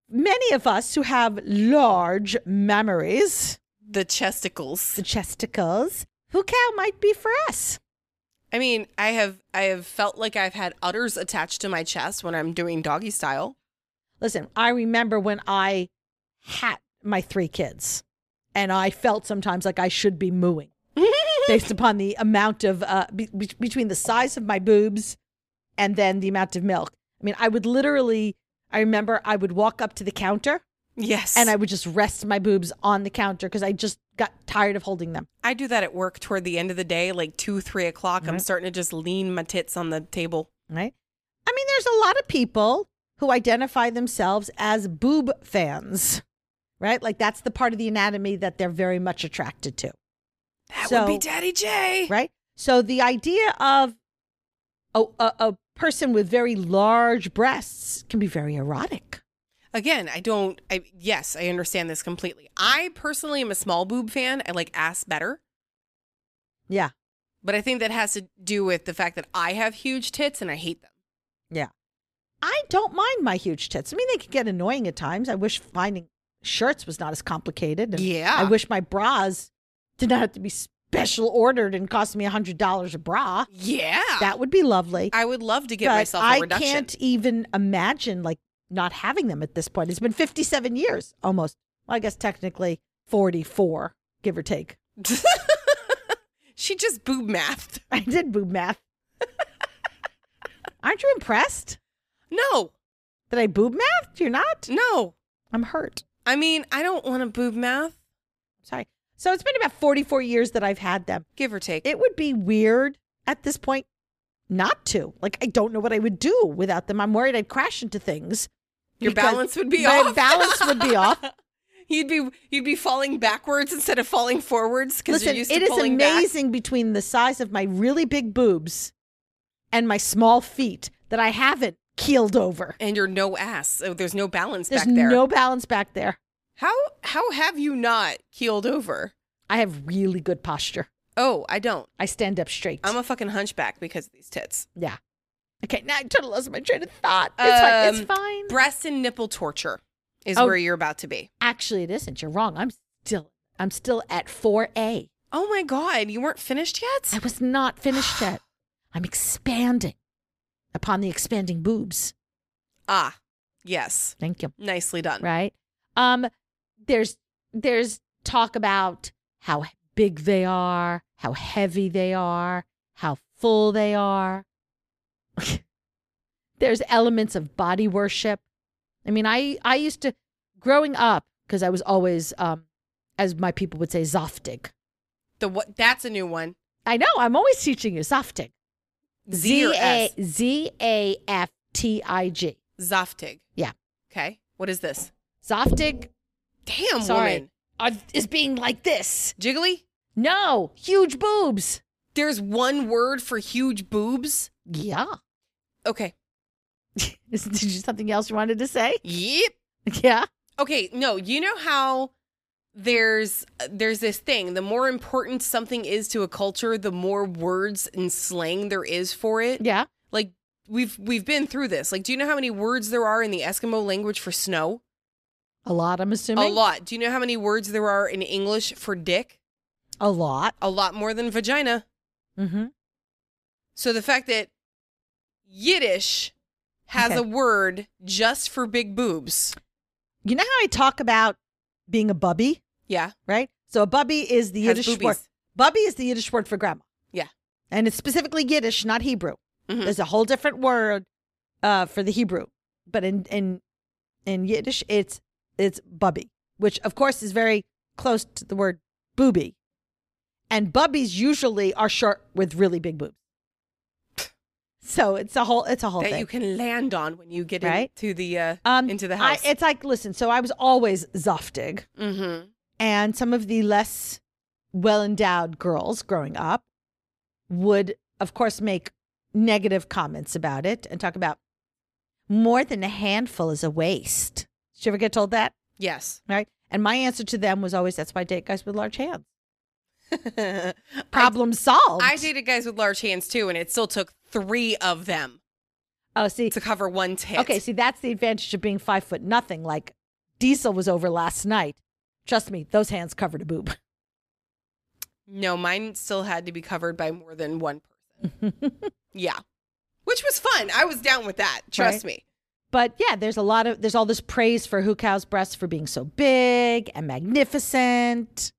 Many of us who have large memories, The chesticles. the chesticles, who cow might be for us. I mean, I have I have felt like I've had udders attached to my chest when I'm doing doggy style. Listen, I remember when I had my three kids, and I felt sometimes like I should be mooing based upon the amount of, uh, be- be- between the size of my boobs and then the amount of milk. I mean, I would literally, I remember I would walk up to the counter Yes. and I would just rest my boobs on the counter because I just got tired of holding them. I do that at work toward the end of the day, like two, three o'clock. I'm Right. starting to just lean my tits on the table. right? I mean, there's a lot of people who identify themselves as boob fans, right? Like that's the part of the anatomy that they're very much attracted to, That So- would be Daddy J. right? So the idea of a, a, a person with very large breasts can be very erotic. Again, I don't I yes, I understand this completely. I personally am a small boob fan. I like ass better. Yeah. But I think that has to do with the fact that I have huge tits and I hate them. I don't mind my huge tits. I mean, they can get annoying at times. I wish finding shirts was not as complicated. and Yeah. I wish my bras did not have to be special ordered and cost me $100 a bra. Yeah. That would be lovely. I would love to get but myself a I reduction. can't even imagine like not having them at this point. It's been 57 years almost. Well, I guess technically 44, give or take. she just boob mathed. I did boob math. Aren't you impressed No, that I boob mathed? You're not? no. I'm hurt. I mean, I don't want to boob math, Sorry. So it's been about 44 years that I've had them. give or take. It would be weird at this point not to. Like, I don't know what I would do without them. I'm worried I'd crash into things. Your because balance would be my off. balance would be off. You'd be you'd be falling backwards instead of falling forwards because you're Listen, used to it is pulling back. amazing between the size of my really big boobs and my small feet that I haven't keeled over. And you're no ass, so there's no balance There's back there. no balance back there. How how have you not keeled over? I have really good posture. Oh, I don't. I stand up straight. I'm a fucking hunchback because of these tits. yeah. Okay, now I totally lost my train of thought. It's, Um, fine. it's fine. Breast and nipple torture is Oh. where you're about to be. Actually, it isn't. You're wrong. I'm still I'm still at 4A. Oh my god, you weren't finished I yet? was not finished yet. I'm expanding upon the expanding boobs. Ah, yes, Thank you. nicely done. right? Um, There's there's talk about how big they are, how heavy they are, how full they are. There's elements of body worship. I mean, I I used to growing up because I was always um as my people would say zoftig. The what? That's a new one. I know, I'm always teaching you zoftig. Z or Z-A- S? Z A F T I G. Zoftig. Yeah. Okay. What is this? Zoftig Damn Sorry. woman. are, is being like this. Jiggly. No, huge boobs. There's one word for huge boobs. Yeah. Okay. Is, did you something else you wanted to say? Yep. Yeah. Okay. No. You know how there's there's this thing. The more important something is to a culture, the more words and slang there is for it. Yeah. Like we've we've been through this. Like, do you know how many words there are in the Eskimo language for snow? A lot, I'm assuming. A lot. Do you know how many words there are in English for dick? a lot. A lot more than vagina. Mm-hmm. So the fact that Yiddish has Okay. a word just for big boobs. You know how I talk about being a bubby, Yeah. right? So a bubby is the Has Yiddish boobies. word. Bubby is the Yiddish word for grandma. Yeah. And it's specifically Yiddish, not Hebrew. Mhm. There's a whole different word uh, for the Hebrew, but in in in Yiddish, it's it's bubby, which of course is very close to the word booby. And bubbies usually are short with really big boobs. So it's a whole it's a whole that thing. you can land on when you get Right? into the uh, um, into the I- house. it's like listen. So I was always zoftig. mm-hmm. and some of the less well endowed girls growing up would, of course, make negative comments about it and talk about more than a handful is a waste. Did you ever get told that? Yes. Right. And my answer to them was always, that's why I date guys with large hands. I- Problem solved. I dated guys with large hands too, and it still took three of them Oh, see. to cover one tit. Okay. See, that's the advantage of being five foot nothing. Like Diesel was over last night. Trust me, those hands covered a boob. No, mine still had to be covered by more than one person. yeah. Which was fun. I was down with that. Trust Right. me. But yeah, there's a lot of there's all this praise for Hu Cao's breasts for being so big and magnificent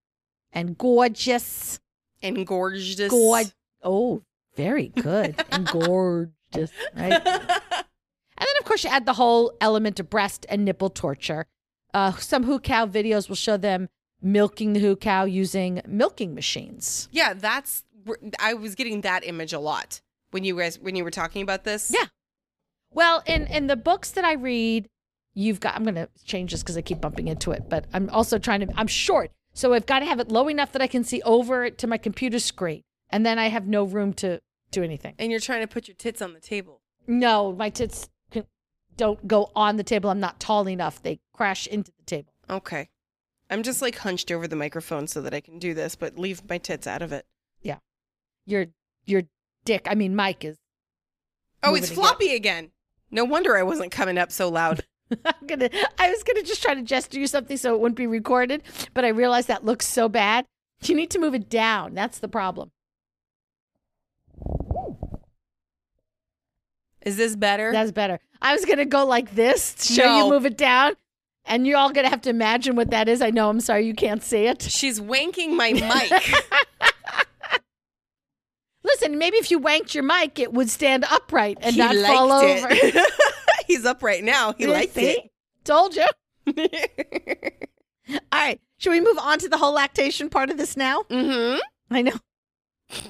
and gorgeous. And gorgeous. Gord oh, very good. and gorgeous. Right? And then of course you add the whole element of breast and nipple torture. Uh, some Hu Cao videos will show them milking the Hu Cow using milking machines. Yeah, that's. I was getting that image a lot when you guys when you were talking about this. Yeah. Well, in in the books that I read, you've got. I'm going to change this because I keep bumping into it, but I'm also trying to. I'm short, so I've got to have it low enough that I can see over it to my computer screen, and then I have no room to do anything. And you're trying to put your tits on the table. No, my tits can, don't go on the table. I'm not tall enough. They crash into the table. Okay. I'm just like hunched over the microphone so that I can do this, but leave my tits out of it. your your dick. I mean, Mike is. Oh, moving it's again. floppy again. No wonder I wasn't coming up so loud. I'm gonna. I was gonna just try to gesture you something so it wouldn't be recorded, but I realized that looks so bad. You need to move it down. That's the problem. Is this better? That's better. I was gonna go like this to show No. you move it down, and you're all gonna have to imagine what that is. I know. I'm sorry you can't see it. She's wanking my mic. Listen, maybe if you wanked your mic, it would stand upright and he not liked fall over. it. He's up right now. He See? liked it. Told you. All right. Should we move on to the whole lactation part of this now? Mm-hmm. I know.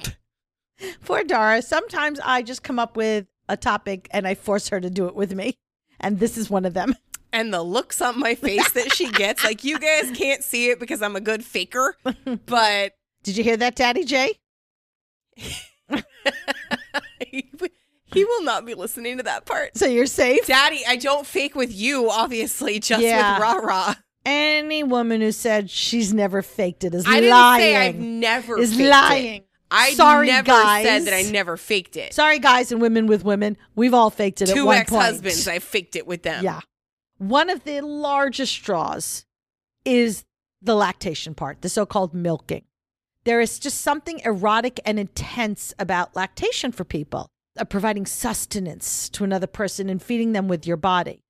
Poor Dara. Sometimes I just come up with a topic and I force her to do it with me. And this is one of them. And the looks on my face that she gets, like you guys can't see it because I'm a good faker, but Did you hear that, Daddy J? he he will not be listening to that part. So you're safe. Daddy, I don't fake with you, obviously, just Yeah. with rah rah. Any woman who said she's never faked it is I didn't lying. say I've never is faked it. lying. I Sorry, never guys. said that I never faked it. Sorry, guys and women with women, we've all faked it at Two one ex husbands, point. I faked it with them. Yeah. One of the largest straws is the lactation part, the so called milking. There is just something erotic and intense about lactation for people, uh, providing sustenance to another person and feeding them with your body.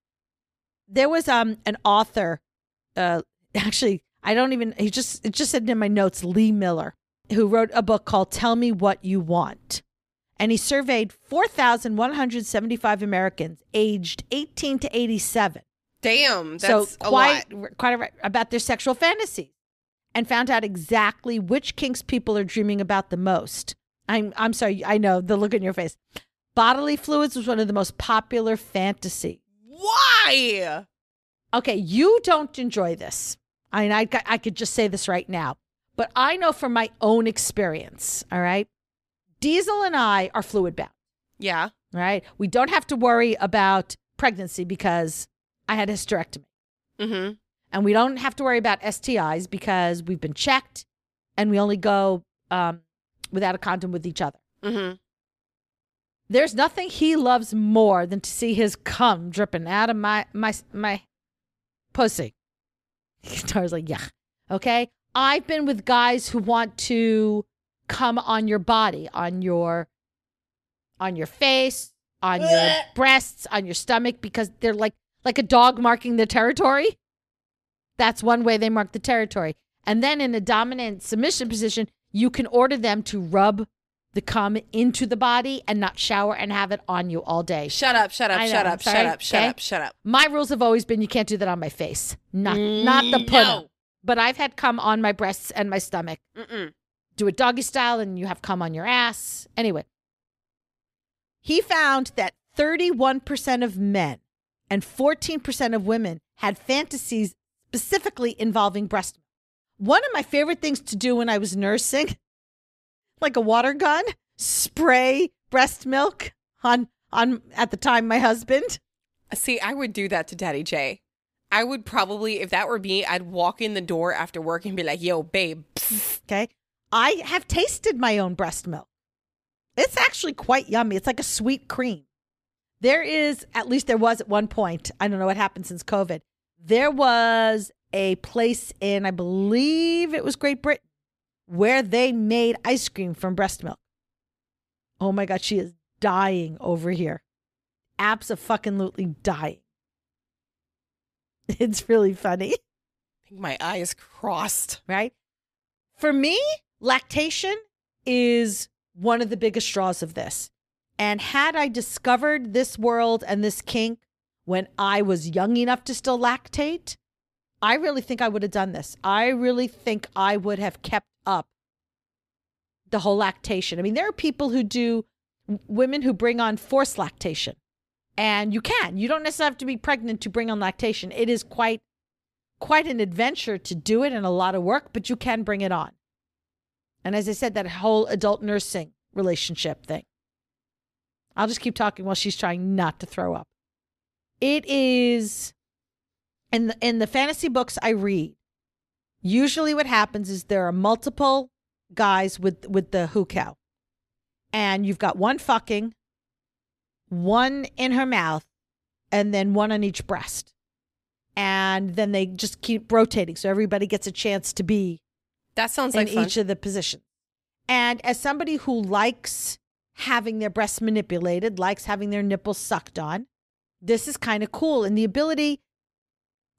There was um, an author, uh, actually, I don't even, he just, it just said in my notes, Lee Miller, who wrote a book called Tell Me What You Want and he surveyed 4,175 Americans aged 18 to 87. Damn, So that's quite, a lot. quite a, about their sexual fantasies and found out exactly which kinks people are dreaming about the most. I'm, I'm sorry, I know the look on your face. Bodily fluids was one of the most popular fantasy. Why? Okay, you don't enjoy this. I mean, I, I could just say this right now, but I know from my own experience, all right? Diesel and I are fluid bound. Yeah. right? We don't have to worry about pregnancy because I had a hysterectomy. Mm-hmm. And we don't have to worry about STIs because we've been checked and we only go um, without a condom with each other. Mm-hmm. There's nothing he loves more than to see his cum dripping out of my my my pussy. I was like, yeah, okay. I've been with guys who want to come on your body, on your, on your face, on your breasts, on your stomach, because they're like like a dog marking the territory. That's one way they mark the territory. And then in a dominant submission position, you can order them to rub the cum into the body and not shower and have it on you all day. Shut up, shut up, I know, shut I'm up, shut sorry. up, shut Okay. up, shut up. My rules have always been you can't do that on my face. Not not the puddle. No. But I've had cum on my breasts and my stomach. Mm-mm. Do it doggy style and you have cum on your ass. Anyway. He found that 31% of men and 14% of women had fantasies specifically involving breast. milk. One of my favorite things to do when I was nursing, like a water gun, spray breast milk on on at the time my husband. See, I would do that to Daddy J. I would probably, if that were me, I'd walk in the door after work and be like, yo, babe, psst, Okay. I have tasted my own breast milk. It's actually quite yummy. It's like a sweet cream. There is, at least there was at one point, I don't know what happened since COVID. There was a place in, I believe it was Great Britain, where they made ice cream from breast milk. Oh my God, she is dying over here. Absolutely dying. It's really funny my eyes crossed. right? For me, lactation is one of the biggest straws of this. And had I discovered this world and this kink when I was young enough to still lactate, I really think I would have done this. I really think I would have kept up the whole lactation. I mean, there are people who do, w- women who bring on forced lactation. And you can. You don't necessarily have to be pregnant to bring on lactation. It is quite quite an adventure to do it and a lot of work, but you can bring it on. And as I said, that whole adult nursing relationship thing. I'll just keep talking while she's trying not to throw up. It is in the, in the fantasy books I read, usually what happens is there are multiple guys with with the hoo cow. and you've got one fucking, one in her mouth, and then one on each breast. And then they just keep rotating. So everybody gets a chance to be That sounds in like fun. each of the positions. And as somebody who likes having their breasts manipulated, likes having their nipples sucked on, this is kind of cool. And the ability,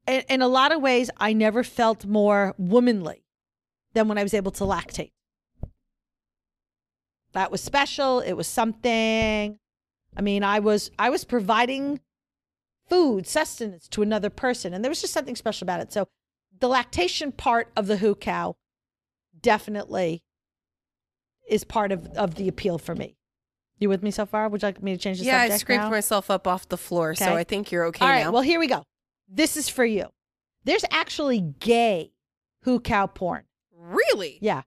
in, in a lot of ways, I never felt more womanly than when I was able to lactate. That was special. It was something. I mean, I was I was providing food, sustenance to another person, and there was just something special about it. So, the lactation part of the hoo cow definitely is part of, of the appeal for me. You with me so far? Would you like me to change the yeah, I subject scraped now? myself up off the floor, so Okay. I think you're okay All right, now. well, here we go. This is for you. There's actually gay hoo cow porn. really? Yeah.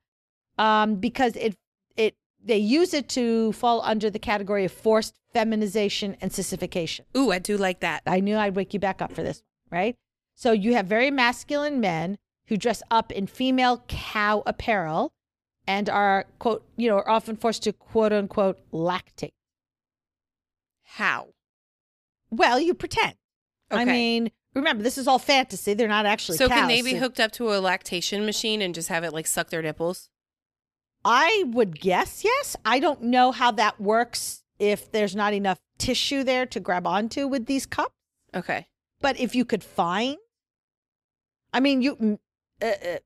Um, because it it they use it to fall under the category of forced feminization and sissification. Ooh, I do like that. I knew I'd wake you back up for this, right? So you have very masculine men who dress up in female cow apparel and are quote, you know, are often forced to quote unquote lactate. How? Well, you pretend. I Okay. mean, remember this is all fantasy. They're not actually So can cows. they be hooked up to a lactation machine and just have it like suck their nipples? I would guess yes. I don't know how that works if there's not enough tissue there to grab onto with these cups. Okay. But if you could find, I mean, you, mm, uh, uh,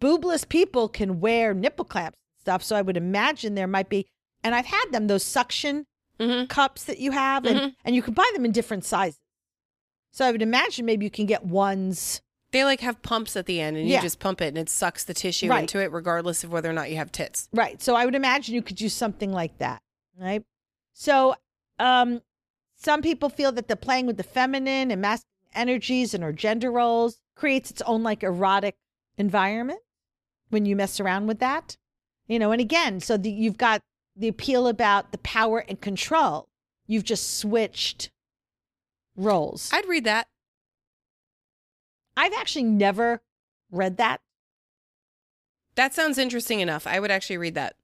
boobless people can wear nipple clamps and stuff. So I would imagine there might be, and I've had them, those suction Mhm. cups that you have, and, Mhm. and you can buy them in different sizes. So I would imagine maybe you can get ones. They like have pumps at the end and you Yeah. just pump it and it sucks the tissue Right. into it regardless of whether or not you have tits. Right. So I would imagine you could use something like that, right? So um some people feel that the playing with the feminine and masculine energies and or gender roles creates its own like erotic environment when you mess around with that. You know, and again, so the, you've got the appeal about the power and control. You've just switched roles. I'd read that. I've actually never read that. That sounds interesting enough. I would actually read that.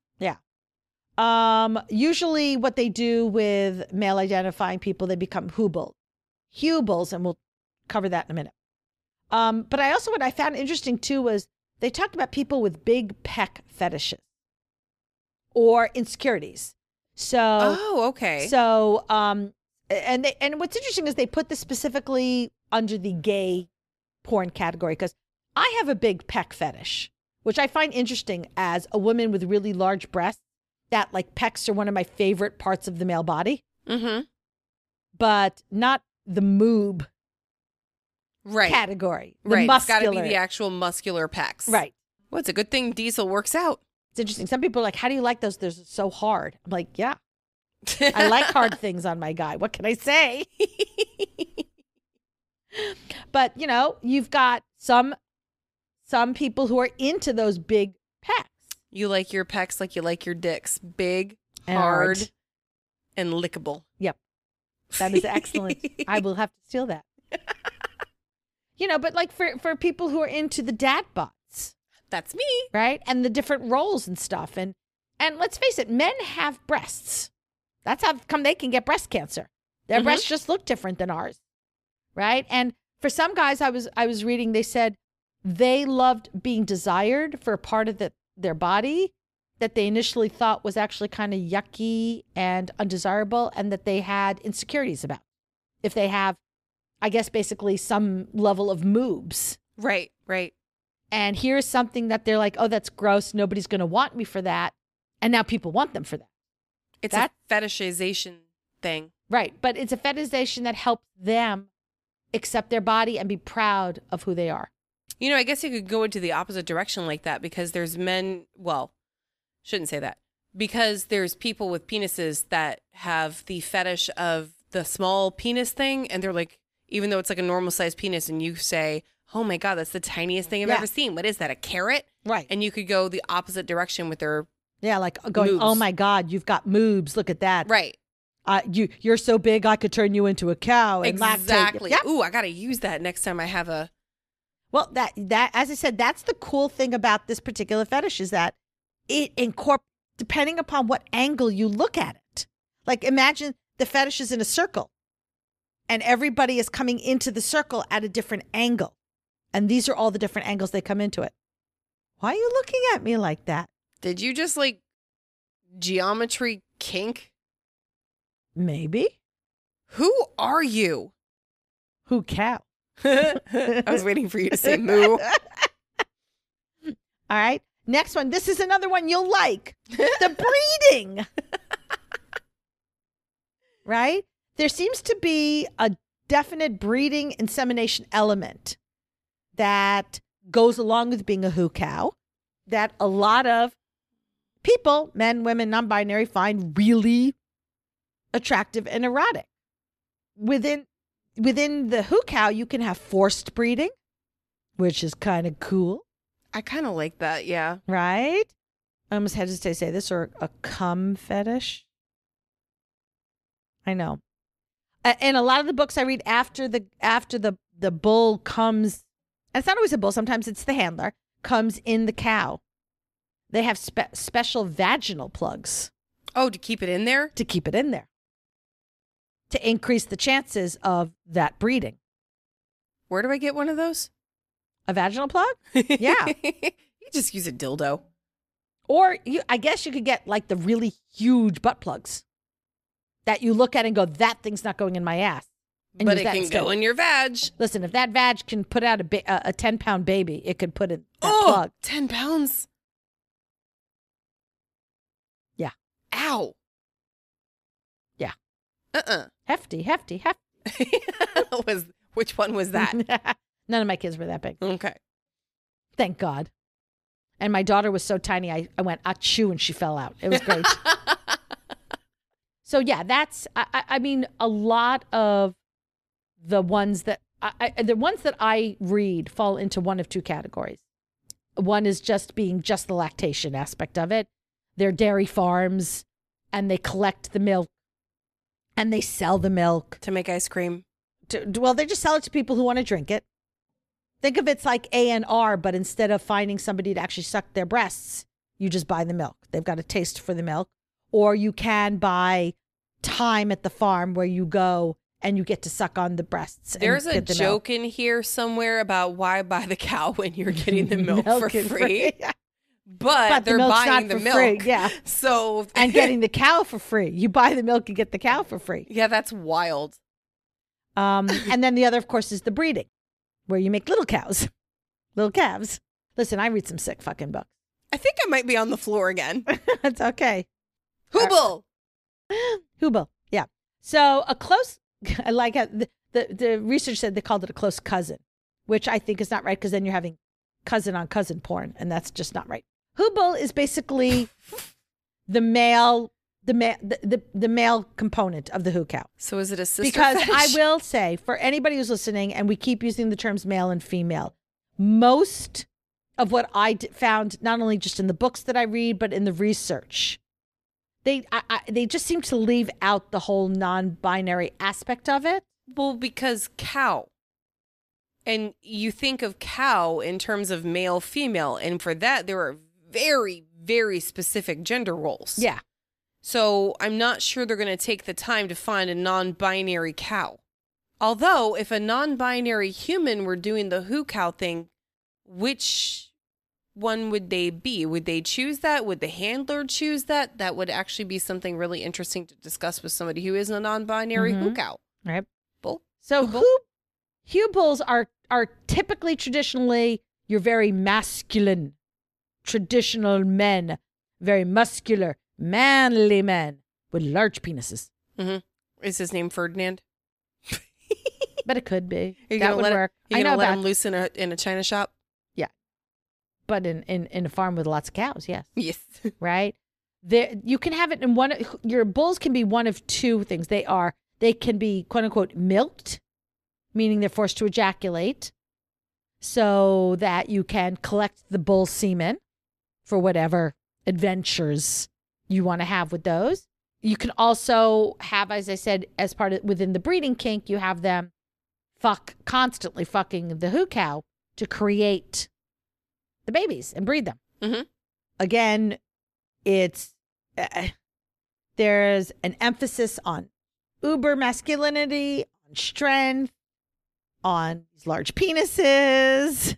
Um, usually, what they do with male identifying people, they become hubel, hubels, and we'll cover that in a minute. Um, but I also what I found interesting too was they talked about people with big pec fetishes or insecurities. So, Oh, okay. so um, and they and what's interesting is they put this specifically under the gay porn category because I have a big pec fetish, which I find interesting as a woman with really large breasts. That like pecs are one of my favorite parts of the male body, mm-hmm. but not the moob Right. category. The right. muscular. It's got to be the actual muscular pecs. right. Well, it's a good thing Diesel works out. It's interesting. Some people are like, "How do you like those? They're so hard." I'm like, "Yeah, I like hard things on my guy. What can I say? but you know, you've got some some people who are into those big pecs. you like your pecs like you like your dicks. Big, And hard, hard. and lickable. Yep. That is excellent. I will have to steal that. You know, but like for for people who are into the dad bots, That's me. right? And the different roles and stuff and and let's face it, men have breasts. That's how come they can get breast cancer. Their Mhm. breasts just look different than ours. Right? And for some guys I was I was reading they said they loved being desired for a part of the, their body that they initially thought was actually kind of yucky and undesirable and that they had insecurities about. If they have I guess basically some level of moobs. Right, right. And here's something that they're like, "Oh, that's gross. Nobody's going to want me for that." And now people want them for that. It's That- a fetishization thing. Right. But it's a fetishization that helps them accept their body and be proud of who they are. You know, I guess you could go into the opposite direction like that because there's men, well, shouldn't say that. Because there's people with penises that have the fetish of the small penis thing and they're like even though it's like a normal sized penis and you say, "Oh my god, that's the tiniest thing I've Yeah. ever seen. What is that? A carrot?" Right. And you could go the opposite direction with their yeah, like going, Moobs. "Oh my god, you've got moobs. Look at that. Right. Uh, you you're so big I could turn you into a cow and lactate you." Exactly. Yeah. Ooh, I got to use that next time I have a Well, that that as I said, that's the cool thing about this particular fetish is that it incorporates depending upon what angle you look at it. Like imagine the fetish is in a circle and everybody is coming into the circle at a different angle. And these are all the different angles they come into it. Why are you looking at me like that? Did you just like geometry kink? Maybe. Who are you? Who cow? I was waiting for you to say moo. All right. Next one. This is another one you'll like. The breeding. right? There seems to be a definite breeding insemination element that goes along with being a who cow that a lot of people, men, women, non binary, find really attractive and erotic. Within within the who cow, you can have forced breeding, which is kind of cool. I kind of like that. Yeah. Right? I almost had to say this or a cum fetish. I know. A- And a lot of the books I read after the after the the bull comes, and it's not always a bull. Sometimes it's the handler comes in the cow. They have spe- special vaginal plugs Oh, to keep it in there? to keep it in there to increase the chances of that breeding. Where do I get one of those? A vaginal plug, Yeah. you just use a dildo. or you, I guess you could get like the really huge butt plugs that you look at and go, "That thing's not going in my ass." And but use it that can instead. go in your vag. Listen, if that vag can put out a ba- a- a ten pound baby, it could put in that oh, plug. 10 pounds. Yeah. Ow. Yeah. Uh-uh. Hefty, hefty, hefty. was which one was Mm-hmm. that? None of my kids were that big, okay. thank God. And my daughter was so tiny, I, I went achoo and she fell out. It was great. so yeah, that's I, I I mean a lot of the ones that I, I the ones that I read fall into one of two categories. One is just being just the lactation aspect of it. They're dairy farms, and they collect the milk, and they sell the milk. To make ice cream. to, d- well, they just sell it to people who want to drink it. Think of it's like ANR, but instead of finding somebody to actually suck their breasts, you just buy the milk. They've got a taste for the milk. Or you can buy time at the farm where you go and you get to suck on the breasts. and There's a get the milk. joke in here somewhere about why buy the cow when you're getting the milk, for free, is but, But the they're milk's buying not the for milk. free, yeah. So and getting the cow for free. You buy the milk and get the cow for free. Yeah, that's wild. Um, and then the other, of course, is the breeding, where you make little cows, little calves. Listen, I read some sick fucking books. I think I might be on the floor again. That's okay. Hooble. Hubal. Yeah. So a close, I like how the, the, the research said they called it a close cousin, which I think is not right because then you're having cousin on cousin porn, and that's just not right. Hubal is basically the male, the, ma- the, the, the male component of the hoo cow. So is it a sister? Because I fetish? will say, for anybody who's listening, and we keep using the terms male and female, most of what I d- found, not only just in the books that I read, but in the research, they I, I, they just seem to leave out the whole non-binary aspect of it. Well, because cow. And you think of cow in terms of male, female. And for that, there are very, very specific gender roles. Yeah, So I'm not sure they're going to take the time to find a non binary cow. Although, if a non binary human were doing the who cow thing, which one would they be? Would they choose that? Would the handler choose that? That would actually be something really interesting to discuss with somebody who is a non binary who Mhm. cow. right. Bull. So Hubal? who hubals are are typically traditionally you're very masculine, traditional men, very muscular, manly men with large penises. Is his name Ferdinand? But it could be. Are that you gonna would let him- work. Are I you know going to let about, him loose in a, in a china shop? but in, in in a farm with lots of cows, yes, Yes. right. There, you can have it in one. Your bulls can be one of two things. They are they can be quote unquote milked, meaning they're forced to ejaculate, so that you can collect the bull semen for whatever adventures you want to have with those. You can also have, as I said, as part of within the breeding kink, you have them fuck constantly fucking the hoo cow to create the babies and breed them. Mhm. Again, it's uh, there's an emphasis on uber masculinity, on strength, on large penises.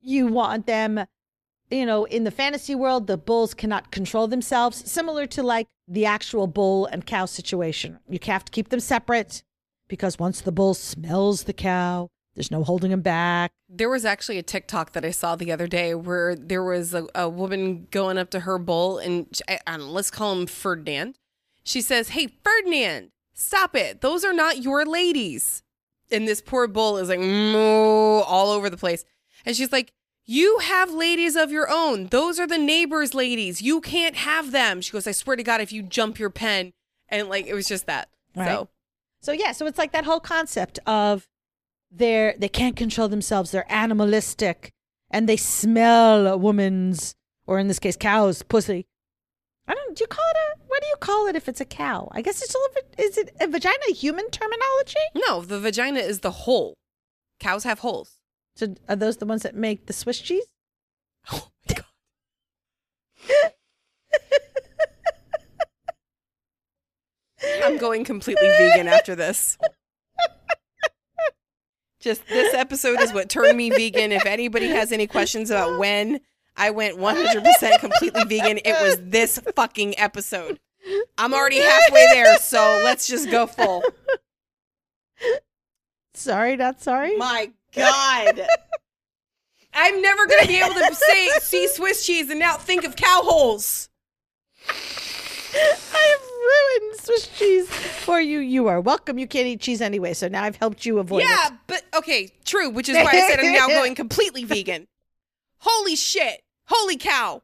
You want them, you know, in the fantasy world, the bulls cannot control themselves, similar to like the actual bull and cow situation. You have to keep them separate because once the bull smells the cow, there's no holding him back. There was actually a TikTok that I saw the other day where there was a, a woman going up to her bull, and sh- I, I don't know, let's call him Ferdinand. She says, Hey, Ferdinand, stop it. Those are not your ladies. And this poor bull is like, "Moo," all over the place. And she's like, You have ladies of your own. Those are the neighbor's ladies. You can't have them. She goes, I swear to God, if you jump your pen. And like, it was just that. Right. So, So yeah, so it's like that whole concept of they're they can't control themselves, they're animalistic, and they smell a woman's or in this case cow's pussy. I don't do you call it a what do you call it if it's a cow? I guess it's a little bit is it a vagina a human terminology? no, the vagina is the hole. Cows have holes. So are those the ones that make the Swiss cheese? Oh my God. I'm going completely vegan after this. Just this episode is what turned me vegan. If anybody has any questions about when I went 100% completely vegan, it was this fucking episode. I'm already halfway there, so let's just go full. Sorry, not sorry. My God. I'm never going to be able to say see Swiss cheese and now think of cow holes. I have ruined Swiss cheese for you. You are welcome. You can't eat cheese anyway, so now I've helped you avoid yeah, it. but okay, true, which is why I said I'm now going completely vegan. Holy shit. Holy cow.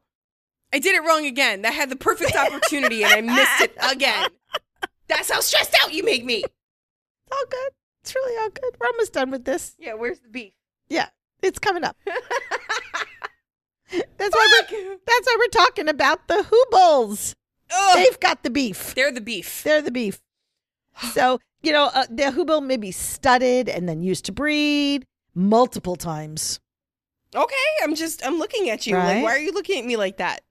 I did it wrong again. That had the perfect opportunity and I missed it again. That's how stressed out you make me. It's all good. It's really all good. We're almost done with this. Yeah, where's the beef? Yeah, it's coming up. that's why we're that's why we're talking about the hoobles. Ugh, They've got the beef. they're the beef. They're the beef. So you know uh, the hooble may be studded and then used to breed multiple times. Okay, I'm just I'm looking at you. Right? Like why are you looking at me like that?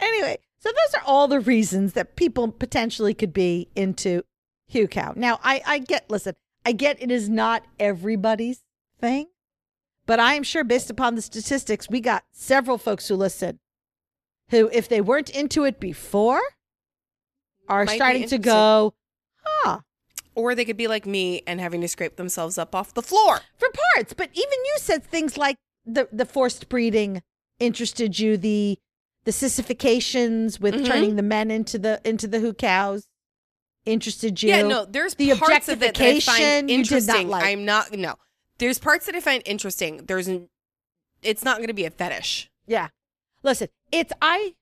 Anyway, so those are all the reasons that people potentially could be into Hugh Cow. Now I I get listen I get it is not everybody's thing, but I am sure based upon the statistics we got several folks who listen who, if they weren't into it before, are Might be starting to interested. go, huh, Or they could be like me and having to scrape themselves up off the floor. for parts. But even you said things like the the forced breeding interested you, the the sissifications with Mhm. turning the men into the into the who cows interested you. Yeah, no, there's The parts of it that I objectification find you did not interesting. like. I'm not no. There's parts that I find interesting. There's n- it's not going to be a fetish. Yeah. Listen, it's I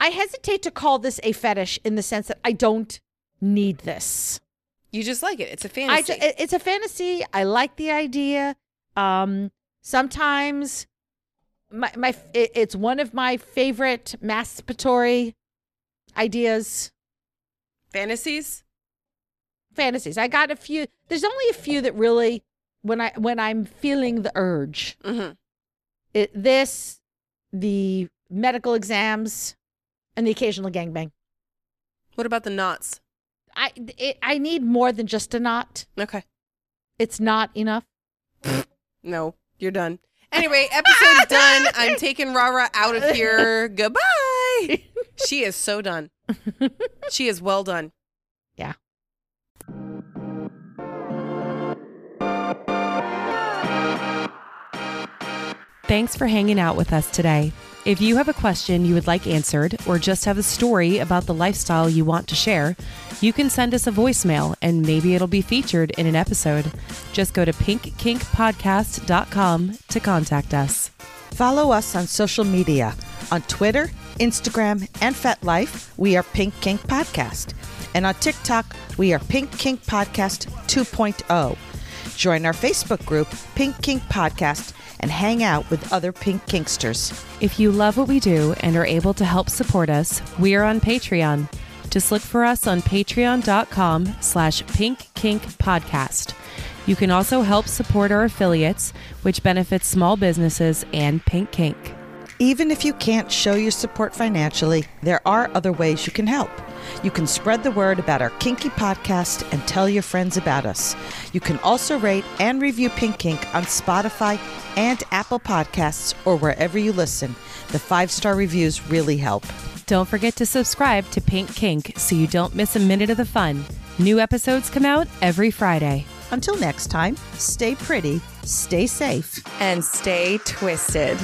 I hesitate to call this a fetish in the sense that I don't need this. You just like it. It's a I fantasy. ju- it- it's a fantasy. I like the idea. Um, sometimes my my f- it- it's one of my favorite masturbatory ideas Fantasies? fantasies. I got a few. There's only a few that really when I when I'm feeling the urge. Mhm. It, this, the medical exams, and the occasional gangbang. What about the knots? I it, I need more than just a knot. Okay. It's not enough. No, you're done. Anyway, episode's done. I'm taking Rara out of here. Goodbye. She is so done. She is well done. Yeah. Thanks for hanging out with us today. If you have a question you would like answered or just have a story about the lifestyle you want to share, you can send us a voicemail and maybe it'll be featured in an episode. Just go to pinkkinkpodcast.com to contact us. Follow us on social media on Twitter, Instagram, and FetLife. We are Pink Kink Podcast. And on TikTok, we are Pink Kink Podcast 2.0. Join our Facebook group, Pink Kink Podcast, and hang out with other Pink Kinksters. If you love what we do and are able to help support us, we are on Patreon. Just look for us on patreon.com slash pink kink podcast. You can also help support our affiliates, which benefits small businesses and Pink Kink. Even if you can't show your support financially, there are other ways you can help. You can spread the word about our Kinky podcast and tell your friends about us. You can also rate and review Pink Kink on Spotify and Apple Podcasts or wherever you listen. The five star reviews really help. Don't forget to subscribe to Pink Kink so you don't miss a minute of the fun. New episodes come out every Friday. Until next time, stay pretty, stay safe. And stay twisted.